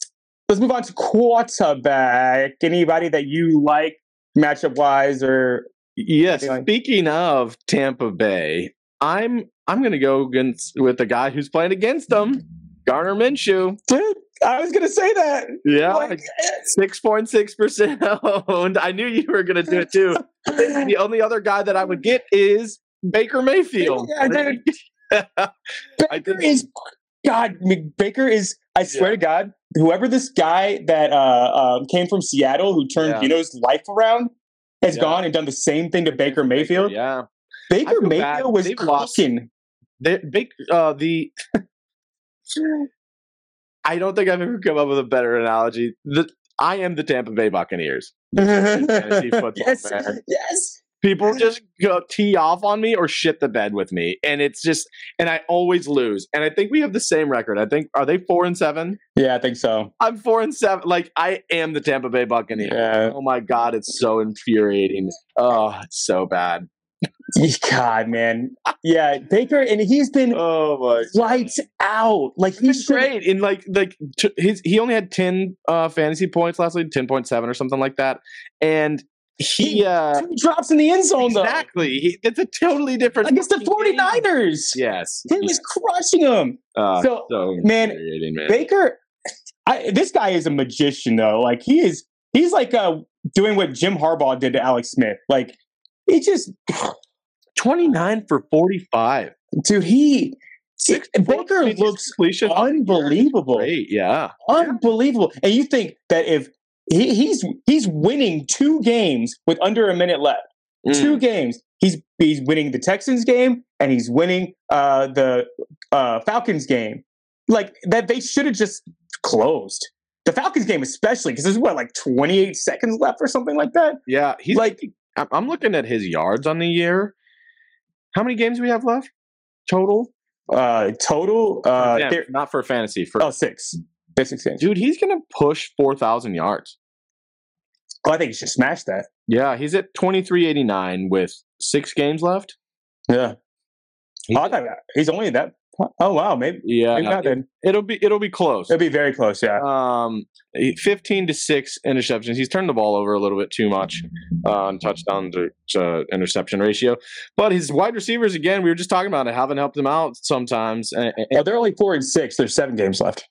Speaker 2: let's move on to quarterback anybody that you like matchup wise or
Speaker 1: Yes.
Speaker 2: Feeling-
Speaker 1: Speaking of Tampa Bay, I'm I'm gonna go against with the guy who's playing against them, Garner Minshew.
Speaker 2: dude i was gonna say that
Speaker 1: Yeah,
Speaker 2: Like,
Speaker 1: six point six percent owned. I knew you were gonna do it too.
Speaker 2: yeah,
Speaker 1: The only other guy that I
Speaker 2: [laughs]
Speaker 1: would get is Baker Mayfield.
Speaker 2: Yeah, dude.
Speaker 1: [laughs] I
Speaker 2: baker
Speaker 1: did-
Speaker 2: is god I mean, baker is i swear to god whoever this guy that uh, uh came from seattle who turned
Speaker 1: Yeah.
Speaker 2: Gino's life around has
Speaker 1: Yeah.
Speaker 2: gone and done the same thing to baker mayfield
Speaker 1: Yeah, I
Speaker 2: baker
Speaker 1: feel
Speaker 2: mayfield
Speaker 1: bad.
Speaker 2: was
Speaker 1: They've lost-
Speaker 2: cooking
Speaker 1: they, Baker. Uh, the I don't think I've ever come up with a better analogy. The, I am the Tampa Bay Buccaneers.
Speaker 2: [laughs]
Speaker 1: fantasy football,
Speaker 2: yes
Speaker 1: man.
Speaker 2: yes
Speaker 1: people just go tee off on me or shit the bed with me and it's just and i always lose and i think we have the same record i think are they four and seven
Speaker 2: yeah i think so
Speaker 1: i'm four and seven like i am the tampa bay buccaneers
Speaker 2: yeah
Speaker 1: oh my god it's so infuriating oh it's so bad
Speaker 2: god man yeah baker and he's been
Speaker 1: oh my
Speaker 2: lights out like he
Speaker 1: He's
Speaker 2: should
Speaker 1: great in like like t- his he only had ten uh fantasy points last week ten point seven or something like that and he uh
Speaker 2: Two drops in the end zone
Speaker 1: exactly he, it's a totally
Speaker 2: though
Speaker 1: different
Speaker 2: against the
Speaker 1: fucking game.
Speaker 2: 49ers.
Speaker 1: yes
Speaker 2: He was crushing them.
Speaker 1: Uh,
Speaker 2: So, man,
Speaker 1: infuriating, man.
Speaker 2: Baker, I, this guy is a magician though. Like he is, he's like uh, doing what Jim Harbaugh did to Alex Smith. Like he just, [sighs]
Speaker 1: 29 for 45.
Speaker 2: dude, he
Speaker 1: Six
Speaker 2: Baker
Speaker 1: points,
Speaker 2: looks
Speaker 1: completion.
Speaker 2: unbelievable,
Speaker 1: Great, yeah.
Speaker 2: unbelievable. And you think that if he, he's he's winning two games with under a minute left.
Speaker 1: Mm,
Speaker 2: two games. He's he's winning the Texans game and he's winning uh, the uh, Falcons game. Like that, they should have just closed the Falcons game, especially because there's what like 28 seconds left or something like that.
Speaker 1: Yeah, he's like
Speaker 2: like
Speaker 1: I'm I'm looking at his yards on the year. How many games we have left total?
Speaker 2: uh, total uh,
Speaker 1: Yeah,
Speaker 2: there-
Speaker 1: not for fantasy. For
Speaker 2: oh six, there's six games.
Speaker 1: dude, he's gonna push 4,000 yards.
Speaker 2: Oh, I think you should smash that.
Speaker 1: Yeah, he's at 2389 with six games left.
Speaker 2: Yeah,
Speaker 1: He- Uh,
Speaker 2: oh, I thought that- he's only that. Oh wow, maybe.
Speaker 1: Yeah,
Speaker 2: maybe not
Speaker 1: it,
Speaker 2: then.
Speaker 1: will be it'll be close.
Speaker 2: It'd be very close, yeah. Oh,
Speaker 1: um, 15 to 6 interceptions. He's turned the ball over a little bit too much uh, on touchdown to, to interception ratio. But his wide receivers, again, we were just talking about it, haven't helped him out sometimes. And, and-
Speaker 2: Oh, they're only four and six. There's seven games left.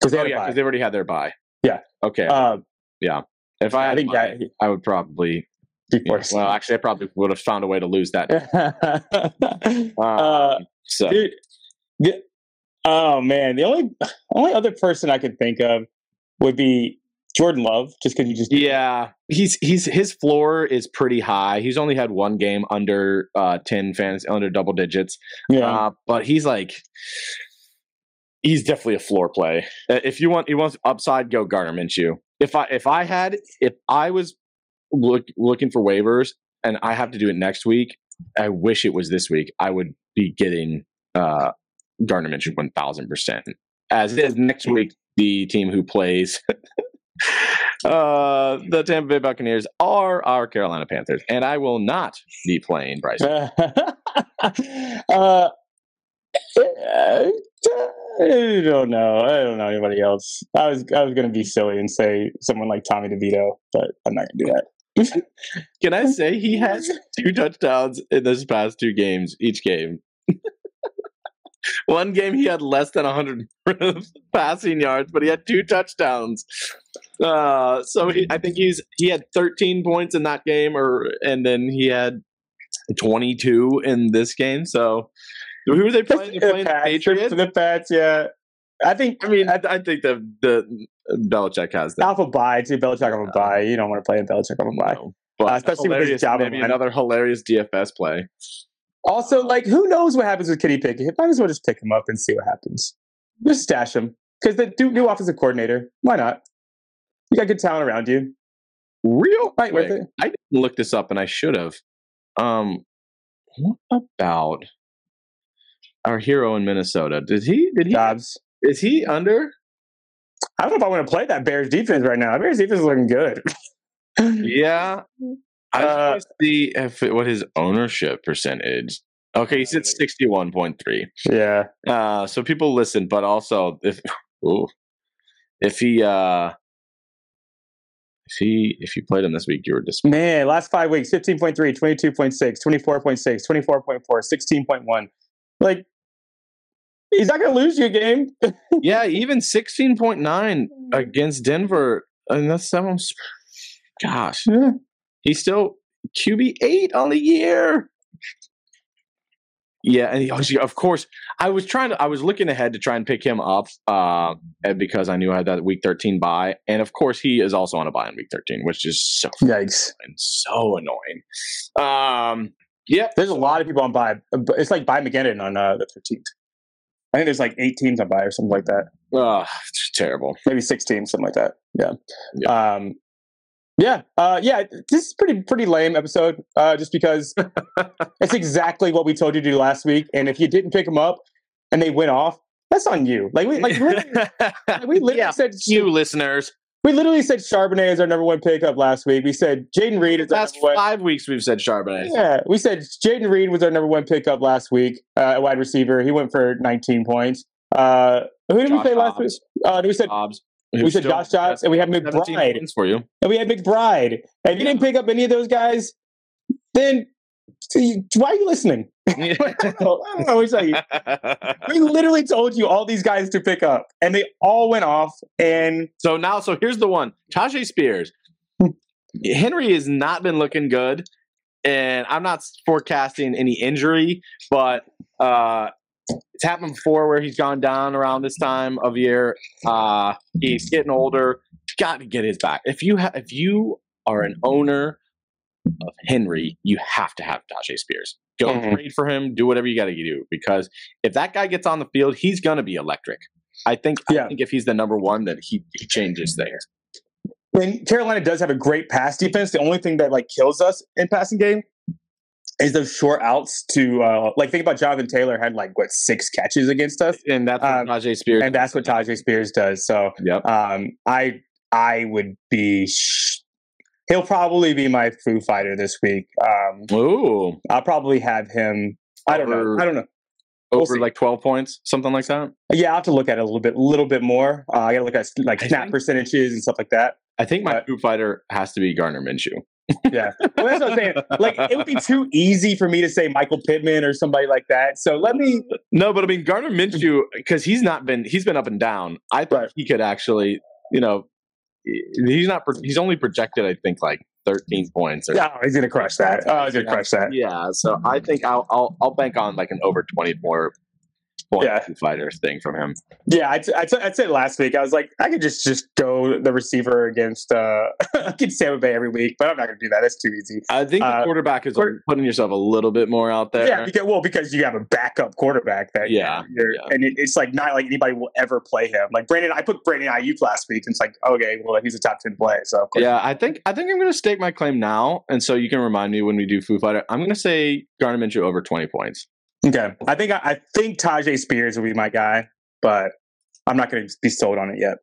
Speaker 2: Because they
Speaker 1: oh,
Speaker 2: had a
Speaker 1: yeah,
Speaker 2: bye.
Speaker 1: because they've already had their bye.
Speaker 2: Yeah.
Speaker 1: Okay.
Speaker 2: Uh,
Speaker 1: if I
Speaker 2: I
Speaker 1: had
Speaker 2: think
Speaker 1: mine,
Speaker 2: that
Speaker 1: I would probably.
Speaker 2: before. [laughs]
Speaker 1: Well, actually, I probably would have found a way to lose that.
Speaker 2: uh,
Speaker 1: so,
Speaker 2: dude, the- Oh man, the only only other person I could think of would be Jordan Love, just because you just
Speaker 1: Yeah, he's he's his floor is pretty high. He's only had one game under uh, ten fans under double digits,
Speaker 2: yeah.
Speaker 1: uh, but he's like he's definitely a floor play. Uh, If you want, he wants upside, go Gardner Minshew. If I if I had if I was look looking for waivers and I have to do it next week, I wish it was this week. I would be getting uh, Gardner Minshew one thousand percent. As it is next week, the team who plays. [laughs] Uh, the Tampa Bay Buccaneers are our Carolina Panthers, and I will not be playing Bryce.
Speaker 2: [laughs] uh, I don't know. I don't know anybody else. I was I was gonna be silly and say someone like Tommy DeVito, but I'm not gonna do that.
Speaker 1: Can I say he has two touchdowns in this past two games, each game. [laughs] One game he had less than 100 [laughs] passing yards, but he had two touchdowns. Uh, so he, I think he's he had 13 points in that game, or and then he had 22 in this game. So who are they playing?
Speaker 2: [laughs]
Speaker 1: They're playing the
Speaker 2: Pats,
Speaker 1: Patriots.
Speaker 2: The Pats, yeah. I think
Speaker 1: I mean, I, I think the the Belichick has that.
Speaker 2: off a bye too. Belichick
Speaker 1: Uh,
Speaker 2: off a bye. You don't want to play a Belichick off a bye.
Speaker 1: No. But
Speaker 2: Uh, especially with his
Speaker 1: hilarious-
Speaker 2: job in
Speaker 1: maybe
Speaker 2: mind.
Speaker 1: another hilarious DFS play.
Speaker 2: Also, like, who knows what happens with Kitty Pickett? Might as well just pick him up and see what happens. Just stash him because the new, new offensive coordinator. Why not? You got good talent around you.
Speaker 1: Real
Speaker 2: Fight
Speaker 1: quick,
Speaker 2: with it.
Speaker 1: I didn't look this up and I should have. Um, what about our hero in Minnesota? Did he? Did he?
Speaker 2: Dobbs.
Speaker 1: Is he under?
Speaker 2: I don't know if I want to play that Bears defense right now. That Bears defense is looking good.
Speaker 1: Yeah. I just
Speaker 2: Uh,
Speaker 1: wanna see if it, what his ownership percentage. Okay, he's at sixty one point three.
Speaker 2: yeah.
Speaker 1: Uh, so people listen, but also if [laughs] ooh, if he uh, if he if you played him this week, you were disappointed.
Speaker 2: Man, last five weeks 15.3, 22.6, 24.6, 24.4, 16.1. Like, he's not going to lose you a game.
Speaker 1: yeah, even sixteen point nine against Denver, and that's that one's. Gosh,
Speaker 2: Yeah.
Speaker 1: he's still QB eight on the year. Yeah, and he, oh, gee, of course, I was trying to. I was looking ahead to try and pick him up, uh, and because I knew I had that week thirteen buy, and of course he is also on a buy in week thirteen, which is so
Speaker 2: Yikes.
Speaker 1: annoying, so annoying. Um, yep,
Speaker 2: There's a lot of people on buy. It's like buy McGinnon on uh, the 13th. I think there's like eight teams on buy or something like that.
Speaker 1: Ugh, terrible.
Speaker 2: Maybe six teams, something like that. Yeah.
Speaker 1: Yeah.
Speaker 2: Yeah. Um, yeah. Uh, yeah. This is pretty pretty lame episode, uh,
Speaker 1: [laughs]
Speaker 2: just because it's exactly what we told you to do last week. And if you didn't pick them up and they went off, that's on you. Like we like
Speaker 1: [laughs]
Speaker 2: we [laughs] literally, like, we literally
Speaker 1: Yeah,
Speaker 2: said
Speaker 1: you listeners.
Speaker 2: we literally said Charbonnet is our number one pickup last week. We said Jaden Reed is our
Speaker 1: Last
Speaker 2: number one.
Speaker 1: five weeks we've said Charbonnet.
Speaker 2: Yeah, we said Jaden Reed was our number one pickup last week, uh, wide receiver. He went for 19 points. Uh, who did
Speaker 1: Josh
Speaker 2: we say last
Speaker 1: Dobbs.
Speaker 2: week? Uh, we said
Speaker 1: Dobbs.
Speaker 2: we said Josh Dobbs, and we had
Speaker 1: 17
Speaker 2: McBride,
Speaker 1: points for
Speaker 2: [laughs]
Speaker 1: you. [laughs]
Speaker 2: and we had McBride. And if you didn't pick up any of those guys, then see, why are you listening? [laughs] I don't know. I don't know what to tell you. We literally told you all these guys to pick up, and they all went off. And
Speaker 1: so now, so here's the one: Tajay Spears. Henry has not been looking good, and I'm not forecasting any injury, but uh, it's happened before where he's gone down around this time of year. Uh, he's getting older. Got to get his back. If you ha- if you are an owner of Henry, you have to have Tajay Spears. Go
Speaker 2: Mhm.
Speaker 1: trade for him. Do whatever you got to do because if that guy gets on the field, he's gonna be electric. I think. I
Speaker 2: Yeah.
Speaker 1: think if he's the number one, that he, he changes things.
Speaker 2: and Carolina does have a great pass defense. The only thing that like kills us in passing game is those short outs to uh, like think about Jonathan Taylor had like what six catches against us,
Speaker 1: And that's what
Speaker 2: Um,
Speaker 1: Najee Spears.
Speaker 2: and that's what Tajay Spears does. So
Speaker 1: yep.
Speaker 2: um, I I would be sh- he'll probably be my Foo Fighter this week. Um,
Speaker 1: Ooh,
Speaker 2: I'll probably have him. I don't know.
Speaker 1: Over-
Speaker 2: I don't know. We'll
Speaker 1: over
Speaker 2: see.
Speaker 1: like twelve points, something like that.
Speaker 2: Yeah, I will have to look at it a little bit, little bit more. Uh, I got to look at like
Speaker 1: I
Speaker 2: snap
Speaker 1: think-
Speaker 2: percentages and stuff like that.
Speaker 1: I think my
Speaker 2: Uh,
Speaker 1: Foo Fighter has to be Garner Minshew.
Speaker 2: Well, that's what I'm saying. Like, it
Speaker 1: [laughs]
Speaker 2: would be too easy for me to say Michael Pittman or somebody like that. So let me.
Speaker 1: No, but I mean Garner [laughs] Minshew because he's not been he's been up and down. I think
Speaker 2: Right.
Speaker 1: he could actually, you know, he's not pro- he's only projected I think like thirteen points or
Speaker 2: Oh, he's gonna crush that. Oh, he's gonna crush that.
Speaker 1: Mm-hmm. yeah. So I think I'll I'll, I'll bank on like an over twenty more point
Speaker 2: Yeah.
Speaker 1: Foo fighter thing from him.
Speaker 2: Yeah, I'd, I'd, I'd say last week I was like, I could just just go the receiver against uh [laughs] against Tampa Bay every week, but I'm not going to do that. That's too easy.
Speaker 1: I think the
Speaker 2: Uh,
Speaker 1: quarterback is
Speaker 2: quarter-
Speaker 1: putting yourself a little bit more out there.
Speaker 2: Yeah, because, well, because you have a backup quarterback that
Speaker 1: Yeah,
Speaker 2: you're,
Speaker 1: yeah.
Speaker 2: and it, it's like not like anybody will ever play him. Like Brandon, I put Brandon Ayuk last week, and it's like, okay, well, he's a top ten player, so of course.
Speaker 1: Yeah, I think I think I'm going to stake my claim now, and so you can remind me when we do Foo Fighter. I'm going to say Garner Minshew over 20 points.
Speaker 2: Okay, I think I, I think Tajay Spears will be my guy, but I'm not going to be sold on it yet.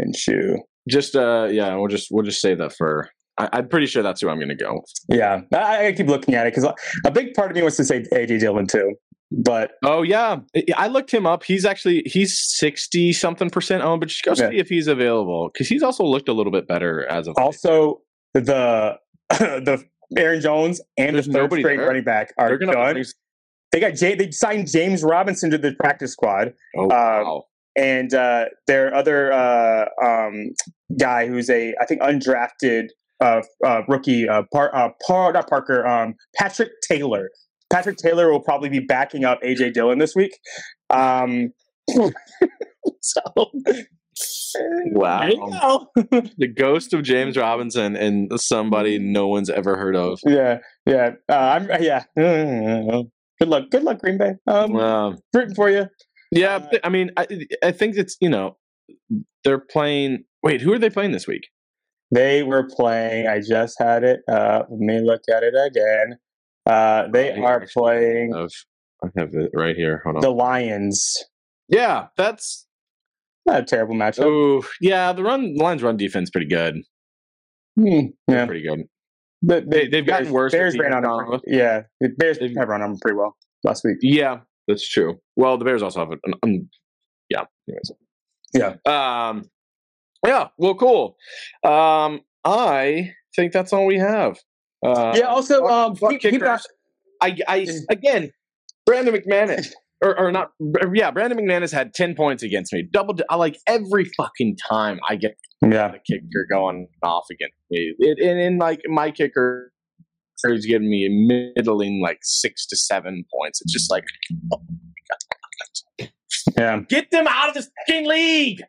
Speaker 2: Minshew.
Speaker 1: Just uh, yeah, we'll just we'll just save that for. I, I'm pretty sure that's who I'm going to go. with.
Speaker 2: Yeah, I, I keep looking at it because a big part of me wants to say AJ Dillon too, but
Speaker 1: Oh yeah, I- I looked him up. He's actually he's 60 something percent owned, but just go
Speaker 2: Yeah. Oh,
Speaker 1: see if he's available because he's also looked a little bit better as of. late.
Speaker 2: also the [laughs] the Aaron Jones and
Speaker 1: There's
Speaker 2: the third
Speaker 1: nobody
Speaker 2: straight
Speaker 1: there.
Speaker 2: running back are
Speaker 1: They're gonna-
Speaker 2: done. They got J- they signed James Robinson to the practice squad,
Speaker 1: Oh wow.
Speaker 2: and uh, their other uh, um, guy who's a I think undrafted uh, uh, rookie uh, par, uh, par not Parker um, Patrick Taylor. Patrick Taylor will probably be backing up AJ Dillon this week. Um, [laughs] so um, there you
Speaker 1: Wow.
Speaker 2: go.
Speaker 1: The ghost of James Robinson and somebody
Speaker 2: Mm-hmm.
Speaker 1: no one's ever heard of.
Speaker 2: Yeah, yeah. Uh, I'm yeah. [laughs] Good luck, good luck, Green Bay. Um,
Speaker 1: Um,
Speaker 2: rooting for you.
Speaker 1: Yeah,
Speaker 2: Uh,
Speaker 1: but, I mean, I, I think it's you know they're playing. Wait, who are they playing this week?
Speaker 2: They were playing. I just had it. Uh, let me look at it again. Uh, they
Speaker 1: Right,
Speaker 2: are
Speaker 1: Oh, actually, Oh,
Speaker 2: playing
Speaker 1: Of I have it right here. Hold on.
Speaker 2: the Lions.
Speaker 1: yeah, that's
Speaker 2: Not a terrible matchup.
Speaker 1: oh yeah. The run the Lions run defense pretty good.
Speaker 2: Hmm,
Speaker 1: They're
Speaker 2: yeah,
Speaker 1: pretty good.
Speaker 2: but
Speaker 1: They- they've gotten
Speaker 2: Bears-
Speaker 1: worse with
Speaker 2: Bears
Speaker 1: the
Speaker 2: ran on them.
Speaker 1: Broncos.
Speaker 2: pretty- Yeah, the Bears
Speaker 1: They've-
Speaker 2: have run on them pretty well last week.
Speaker 1: Yeah, that's true. Well, the Bears also have an. an yeah. Anyways.
Speaker 2: Yeah.
Speaker 1: Um. Yeah. Well. Cool. Um. I think that's all we have. Uh,
Speaker 2: yeah. Also,
Speaker 1: fuck-
Speaker 2: um,
Speaker 1: fuck
Speaker 2: keep- keep an eye-
Speaker 1: kickers. I, I again, Brandon McManus, or, or not? Yeah, Brandon McManus had ten points against me. Double, I like every fucking time I get
Speaker 2: um, yeah,
Speaker 1: the kicker going off against me. It, and, and like my kicker is giving me a middling like six to seven points. It's just like
Speaker 2: yeah,
Speaker 1: get them out of this fucking league.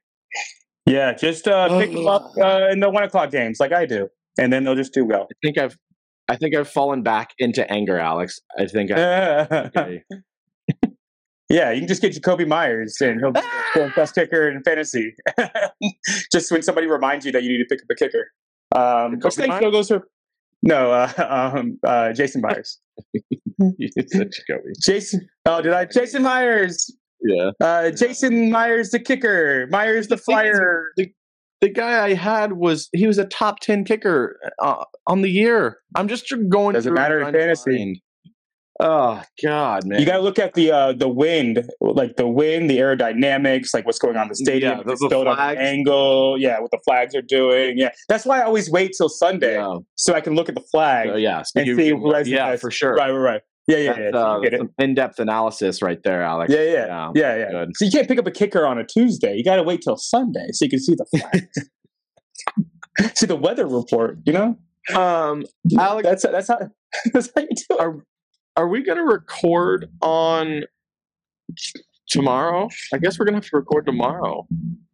Speaker 2: yeah. Just uh, pick them up uh, in the one o'clock games, like I do, and then they'll just do well.
Speaker 1: I think I've, I think I've fallen back into anger, Alex. I think [laughs] I.
Speaker 2: [laughs]
Speaker 1: okay.
Speaker 2: Yeah, you can just get Jacoby Myers and he'll be the best kicker in fantasy. [laughs] just when somebody reminds you that you need to pick up a kicker. Um, which
Speaker 1: Jacoby
Speaker 2: thing
Speaker 1: Myers?
Speaker 2: still goes for? No, uh, [laughs] um, uh, Jason Myers.
Speaker 1: You said Jacoby.
Speaker 2: Jason. Oh, did I? Jason Myers.
Speaker 1: Yeah.
Speaker 2: Uh, Jason Myers, the kicker. Myers, the flyer.
Speaker 1: the guy I had was he was a top ten kicker uh, on the year. I'm just going.
Speaker 2: Doesn't
Speaker 1: through and
Speaker 2: matter in
Speaker 1: trying to
Speaker 2: fantasy.
Speaker 1: find- Oh God, man!
Speaker 2: You got to look at the uh, the wind, like the wind, the aerodynamics, like what's going on in the stadium,
Speaker 1: Yeah,
Speaker 2: if
Speaker 1: the-
Speaker 2: it's
Speaker 1: the
Speaker 2: built on an
Speaker 1: flags.
Speaker 2: angle, yeah, what the flags are doing, yeah. That's why I always wait till Sunday
Speaker 1: yeah,
Speaker 2: so I can look at the flag.
Speaker 1: so, yeah, so
Speaker 2: and
Speaker 1: you-
Speaker 2: see who has the
Speaker 1: yeah,
Speaker 2: best.
Speaker 1: for sure.
Speaker 2: Right, right, right. Yeah, yeah,
Speaker 1: That's,
Speaker 2: yeah.
Speaker 1: uh,
Speaker 2: you get it.
Speaker 1: some in-depth analysis right there, Alex.
Speaker 2: yeah, yeah,
Speaker 1: yeah.
Speaker 2: yeah, yeah.
Speaker 1: good.
Speaker 2: So you can't pick up a kicker on a Tuesday. You got to wait till Sunday so you can see the flag. [laughs] see the weather report. You know,
Speaker 1: Um, Alex-
Speaker 2: that's that's how [laughs] that's how you do it.
Speaker 1: are are we going to record on t- tomorrow? I guess we're going to have to record tomorrow.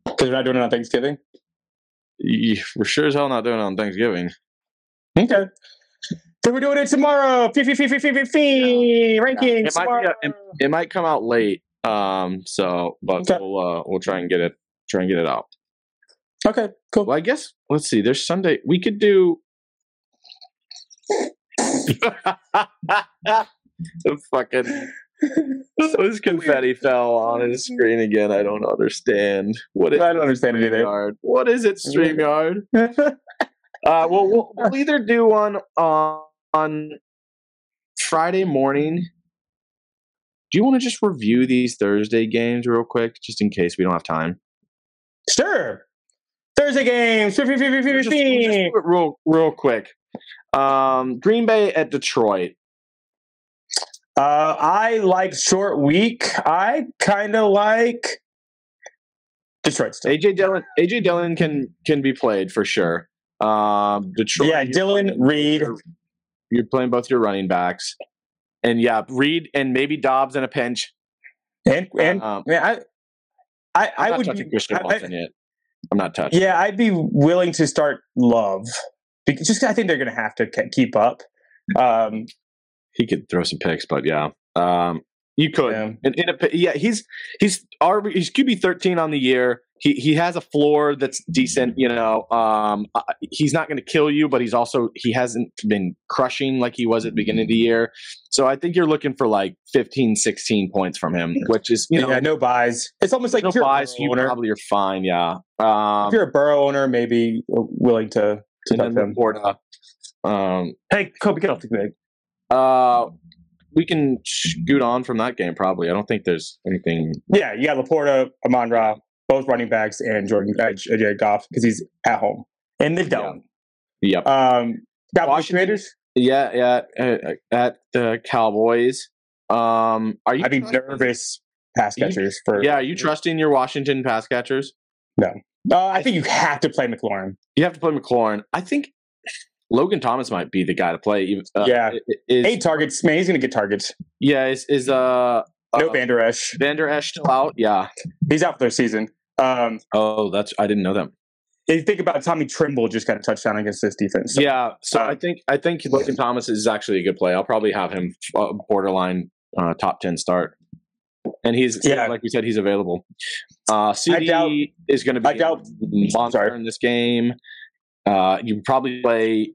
Speaker 2: Because we're not doing it on Thanksgiving.
Speaker 1: Ye- We're sure as hell not doing it on Thanksgiving.
Speaker 2: Okay. Then we're doing it tomorrow. Fee, fee, fee, fee, fee, fee, fee. Rankings
Speaker 1: It might be
Speaker 2: tomorrow.
Speaker 1: a- It might come out late. Um, so but
Speaker 2: Okay.
Speaker 1: we'll uh, we'll try and get it try and get it out.
Speaker 2: okay, cool.
Speaker 1: Well, I guess let's see. There's Sunday. We could do. [laughs] the
Speaker 2: [laughs]
Speaker 1: fucking his confetti fell on his screen again. I don't understand what is
Speaker 2: I don't understand it either.
Speaker 1: Streamyard. What is it, Streamyard? Uh, well, we'll we'll either do one on on Friday morning. Do you want to just review these Thursday games real quick, just in case we don't have time?
Speaker 2: [laughs] sure. Thursday games. Fee, fee, fee,
Speaker 1: We'll
Speaker 2: fee, fee,
Speaker 1: just- we'll just
Speaker 2: fee.
Speaker 1: do it real, real quick. Um, Green Bay at Detroit.
Speaker 2: Uh, I like short week. I kind of like Detroit. Still.
Speaker 1: AJ Dillon. AJ Dillon can can be played for sure. Um, Detroit.
Speaker 2: Yeah, Dylan Reed.
Speaker 1: You're playing both your running backs, and yeah, Reed and maybe Dobbs in a pinch.
Speaker 2: And and
Speaker 1: Um,
Speaker 2: man, I I,
Speaker 1: I'm
Speaker 2: I
Speaker 1: not
Speaker 2: would
Speaker 1: touching
Speaker 2: be,
Speaker 1: Christian
Speaker 2: I- I-
Speaker 1: Watson yet. I'm not touching.
Speaker 2: yeah, I'd be willing to start love because just 'cause I think they're going to have to ke- keep up. Um,
Speaker 1: He could throw some picks, but yeah, um, you could.
Speaker 2: yeah.
Speaker 1: And in a p- yeah, he's he's RB, he's QB thirteen on the year. He he has a floor that's decent. You know, um, uh, he's not going to kill you, but he's also he hasn't been crushing like he was at the beginning of the year. So I think you're looking for like 15, 16 points from him, which is you know
Speaker 2: yeah, no buys. It's almost like
Speaker 1: no
Speaker 2: if you're
Speaker 1: buys.
Speaker 2: a Burrow
Speaker 1: You
Speaker 2: owner,
Speaker 1: probably are fine. Yeah.
Speaker 2: if
Speaker 1: Um,
Speaker 2: you're a Burrow owner, maybe willing to to
Speaker 1: and
Speaker 2: touch
Speaker 1: then
Speaker 2: him.
Speaker 1: Laporta. Um,
Speaker 2: Hey, Kobe, get off the grid.
Speaker 1: Uh, we can scoot on from that game probably. I don't think there's anything.
Speaker 2: Yeah, you got Laporta, Amon Ra, both running backs, and Jordan uh, J- Jared Goff because he's at home in the dome.
Speaker 1: Yep.
Speaker 2: Um, got
Speaker 1: Washington-
Speaker 2: Washington Raiders.
Speaker 1: Yeah, yeah. uh, At the Cowboys. Um, are you?
Speaker 2: I'd be
Speaker 1: trusting-
Speaker 2: nervous pass
Speaker 1: You-
Speaker 2: catchers for.
Speaker 1: Yeah, are you trusting your Washington pass catchers?
Speaker 2: Uh, I think you have to play McLaurin.
Speaker 1: You have to play McLaurin. I think Logan Thomas might be the guy to play. even- Uh,
Speaker 2: Yeah.
Speaker 1: i- i- Is,
Speaker 2: Eight targets. Man, he's going to get targets.
Speaker 1: yeah. Is is uh,
Speaker 2: No
Speaker 1: uh,
Speaker 2: Van Der Esch.
Speaker 1: Vander Esch still out? Yeah.
Speaker 2: He's out for the season. Um,
Speaker 1: Oh, that's I didn't know that.
Speaker 2: if you think about it, Tommy Trimble just got a touchdown against this defense. So
Speaker 1: yeah, so
Speaker 2: uh,
Speaker 1: I think I think Logan Thomas is actually a good play. I'll probably have him uh, borderline uh, top ten start, and he's
Speaker 2: Yeah.
Speaker 1: like we said, he's available. Uh, CD
Speaker 2: doubt-
Speaker 1: is going to be
Speaker 2: I doubt-
Speaker 1: a monster
Speaker 2: sorry.
Speaker 1: in this game. Uh, you probably play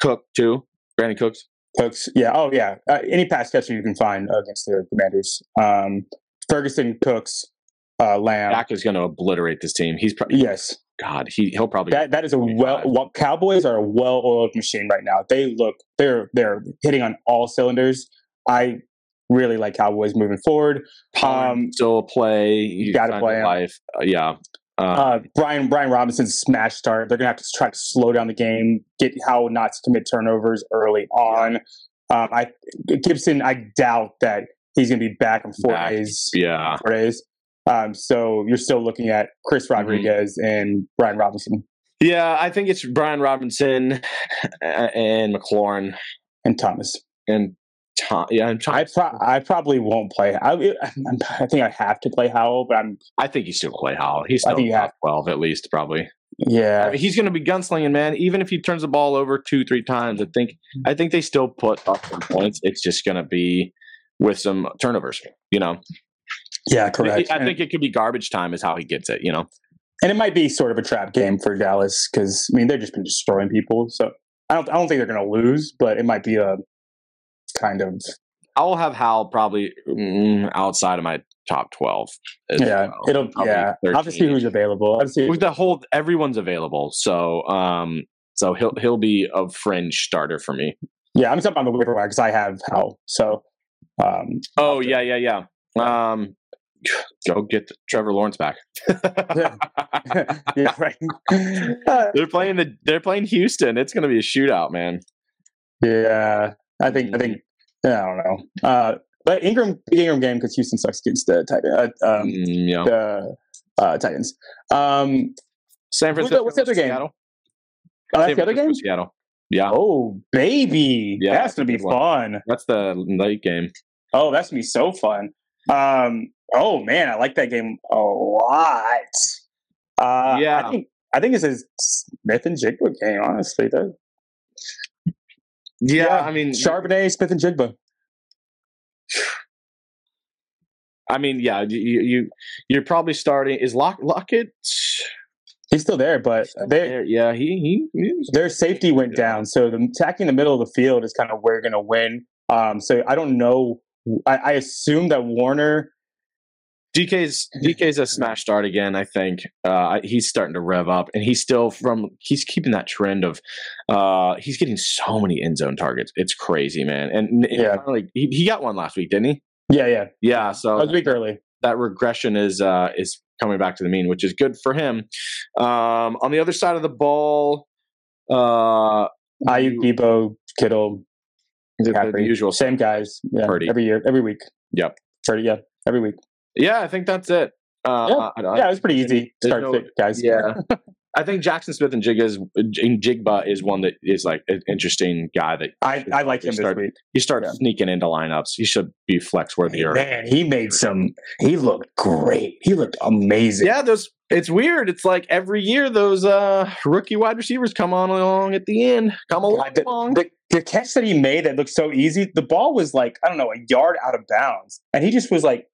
Speaker 1: Cook too, Brandon Cooks.
Speaker 2: Cooks, yeah, oh yeah, uh, any pass catcher you can find uh, against the Commanders. Um, Ferguson, Cooks, uh, Lamb.
Speaker 1: Dak is going to obliterate this team. He's probably
Speaker 2: Yes,
Speaker 1: God. He he'll probably
Speaker 2: that that is a well. well Cowboys are a well-oiled machine right now. They look they're they're hitting on all cylinders. I really like Cowboys moving forward. um,
Speaker 1: still play. You
Speaker 2: gotta play him.
Speaker 1: life. Uh, yeah. Uh,
Speaker 2: uh, Brian Brian Robinson's smash start. They're gonna have to try to slow down the game, get how not to commit turnovers early on. Um, I Gibson, I doubt that he's gonna be back in four
Speaker 1: Back.
Speaker 2: days.
Speaker 1: yeah.
Speaker 2: Four days. Um, so you're still looking at Chris Rodriguez and Brian Robinson
Speaker 1: Yeah, I think it's Brian Robinson a- and McLaurin
Speaker 2: and Thomas.
Speaker 1: and Tom. Yeah, and Tom.
Speaker 2: I pro- I probably won't play. I [laughs] I'm- I think I have to play Howell, but I'm
Speaker 1: I think you still play Howell. He's
Speaker 2: I
Speaker 1: still
Speaker 2: think you
Speaker 1: top
Speaker 2: have-
Speaker 1: twelve at least, probably. I
Speaker 2: yeah.
Speaker 1: mean, he's going to be gunslinging, man. Even if he turns the ball over two, three times, I think I think they still put up some points. It's just going to be with some turnovers. You know,
Speaker 2: Yeah, correct.
Speaker 1: I
Speaker 2: And-
Speaker 1: think it could be garbage time is how he gets it. You know,
Speaker 2: and it might be sort of a trap game for Dallas because I mean they've just been destroying people. So I don't I don't think they're going to lose, but it might be a kind of
Speaker 1: I will have Howell probably mm, outside of my top twelve. as
Speaker 2: yeah.
Speaker 1: well.
Speaker 2: It'll
Speaker 1: Probably
Speaker 2: yeah. I'll just see
Speaker 1: 13.
Speaker 2: who's available. I'll see.
Speaker 1: with the whole everyone's available so um so he'll he'll be a fringe starter for me
Speaker 2: Yeah, I'm jumping on the waiver wire because I have how so. Um, [laughs]
Speaker 1: oh yeah yeah yeah um [sighs] go get trevor lawrence back
Speaker 2: yeah, yeah,
Speaker 1: [laughs]
Speaker 2: right. Uh,
Speaker 1: they're playing the they're playing houston it's gonna be a shootout man
Speaker 2: yeah, I think I think yeah, I don't know. Uh, but Ingram Ingram game because Houston sucks against the tight uh, um,
Speaker 1: Mm, yeah
Speaker 2: the uh, Titans. Um,
Speaker 1: san
Speaker 2: who's
Speaker 1: francisco
Speaker 2: the- what's the other game?
Speaker 1: Seattle.
Speaker 2: oh, that's
Speaker 1: San
Speaker 2: the other
Speaker 1: Francisco,
Speaker 2: game.
Speaker 1: seattle yeah
Speaker 2: Oh baby,
Speaker 1: Yeah,
Speaker 2: that's gonna be
Speaker 1: that's a good
Speaker 2: fun.
Speaker 1: that's the late game
Speaker 2: Oh, that's gonna be so fun. Um, oh man, I like that game a lot. Uh,
Speaker 1: Yeah.
Speaker 2: I think I think it's a Smith and Jigba game. Honestly, though,
Speaker 1: yeah,
Speaker 2: Yeah,
Speaker 1: i mean
Speaker 2: Charbonnet, Smith and Jigba.
Speaker 1: i mean yeah you, you you- you're probably starting is lock lockett
Speaker 2: He's still there, but they,
Speaker 1: yeah he he, he
Speaker 2: their safety went
Speaker 1: Yeah.
Speaker 2: down, so the attacking the middle of the field is kind of where you're gonna win. Um, so I don't know. I, I assume that Warner
Speaker 1: DK's DK's a smash start again. I think uh, he's starting to rev up, and he's still from he's keeping that trend of uh, he's getting so many end zone targets. It's crazy, man. And, and
Speaker 2: Yeah.
Speaker 1: finally, he, he got one last week, didn't he?
Speaker 2: Yeah, yeah.
Speaker 1: Yeah.
Speaker 2: I
Speaker 1: So
Speaker 2: was a week early.
Speaker 1: that regression is uh, is coming back to the mean, which is good for him. Um, on the other side of the ball, uh,
Speaker 2: Ayuk,
Speaker 1: you-
Speaker 2: Debo, Kittle,
Speaker 1: the, the
Speaker 2: McCaffrey.
Speaker 1: usual.
Speaker 2: same guys. Yeah,
Speaker 1: Purdy.
Speaker 2: every year, every week.
Speaker 1: Yep.
Speaker 2: Purdy, yeah, every week.
Speaker 1: Yeah, I think that's it. Uh, I- I-
Speaker 2: yeah, it was pretty easy.
Speaker 1: there's
Speaker 2: Start
Speaker 1: no-
Speaker 2: pick, guys.
Speaker 1: Yeah. I think Jackson Smith and Jigba is, and Jigba is one that is like an interesting guy that
Speaker 2: I, I like him this
Speaker 1: Start-
Speaker 2: week.
Speaker 1: he starts
Speaker 2: Yeah.
Speaker 1: sneaking into lineups. He should be flex worthier.
Speaker 2: Man, he made some. He looked great. He looked amazing.
Speaker 1: Yeah, those it's weird. It's like every year those uh rookie wide receivers come on along at the end. Come along.
Speaker 2: God, the, the- the catch that he made that looked so easy, the ball was like, I don't know, a yard out of bounds. And he just was like,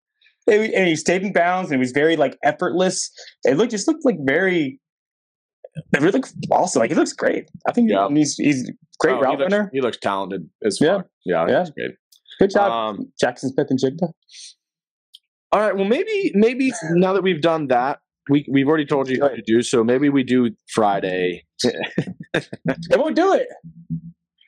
Speaker 2: it- and he stayed in bounds and it was very like effortless. It looked just looked like very, it really looked awesome. Like he looks great. I think
Speaker 1: Yeah.
Speaker 2: and he's, he's a great
Speaker 1: Oh, he
Speaker 2: route
Speaker 1: looks-
Speaker 2: runner.
Speaker 1: He looks talented as
Speaker 2: Yeah.
Speaker 1: fuck. Yeah,
Speaker 2: Yeah.
Speaker 1: yeah. Great.
Speaker 2: Good job,
Speaker 1: Um,
Speaker 2: Jackson Smith and Jigba.
Speaker 1: all right. Well, maybe [laughs] maybe now that we've done that, we we've already told you how to do. So maybe we do Friday.
Speaker 2: They won't do it.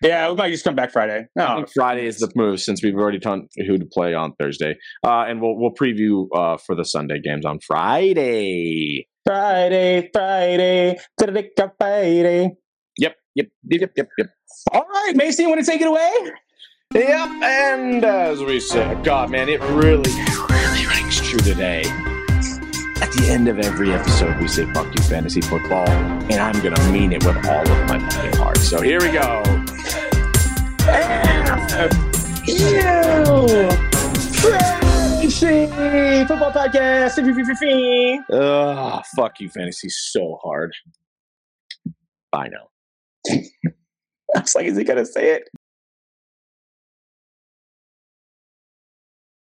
Speaker 2: Yeah, we might just come back
Speaker 1: I
Speaker 2: Friday. No,
Speaker 1: think Uh, Friday is the move since we've already done who to play on Thursday, uh, and we'll we'll preview uh, for the Sunday games on Friday.
Speaker 2: Friday, Friday, da-da-da-da, Friday.
Speaker 1: Yep. Yep. Yep. Yep. Yep.
Speaker 2: All right, Mason, you want to take it away?
Speaker 1: Yep, and as we said, God, man, it really, really rings true today. At the end of every episode, we say "fuck you, fantasy football," and I'm gonna mean it with all of my fucking heart. So here we go.
Speaker 2: You Fantasy Football Podcast. Fee, fee, fee, fee.
Speaker 1: Ugh, fuck you, fantasy, so hard. Bye now.
Speaker 2: I was like, is he gonna say it?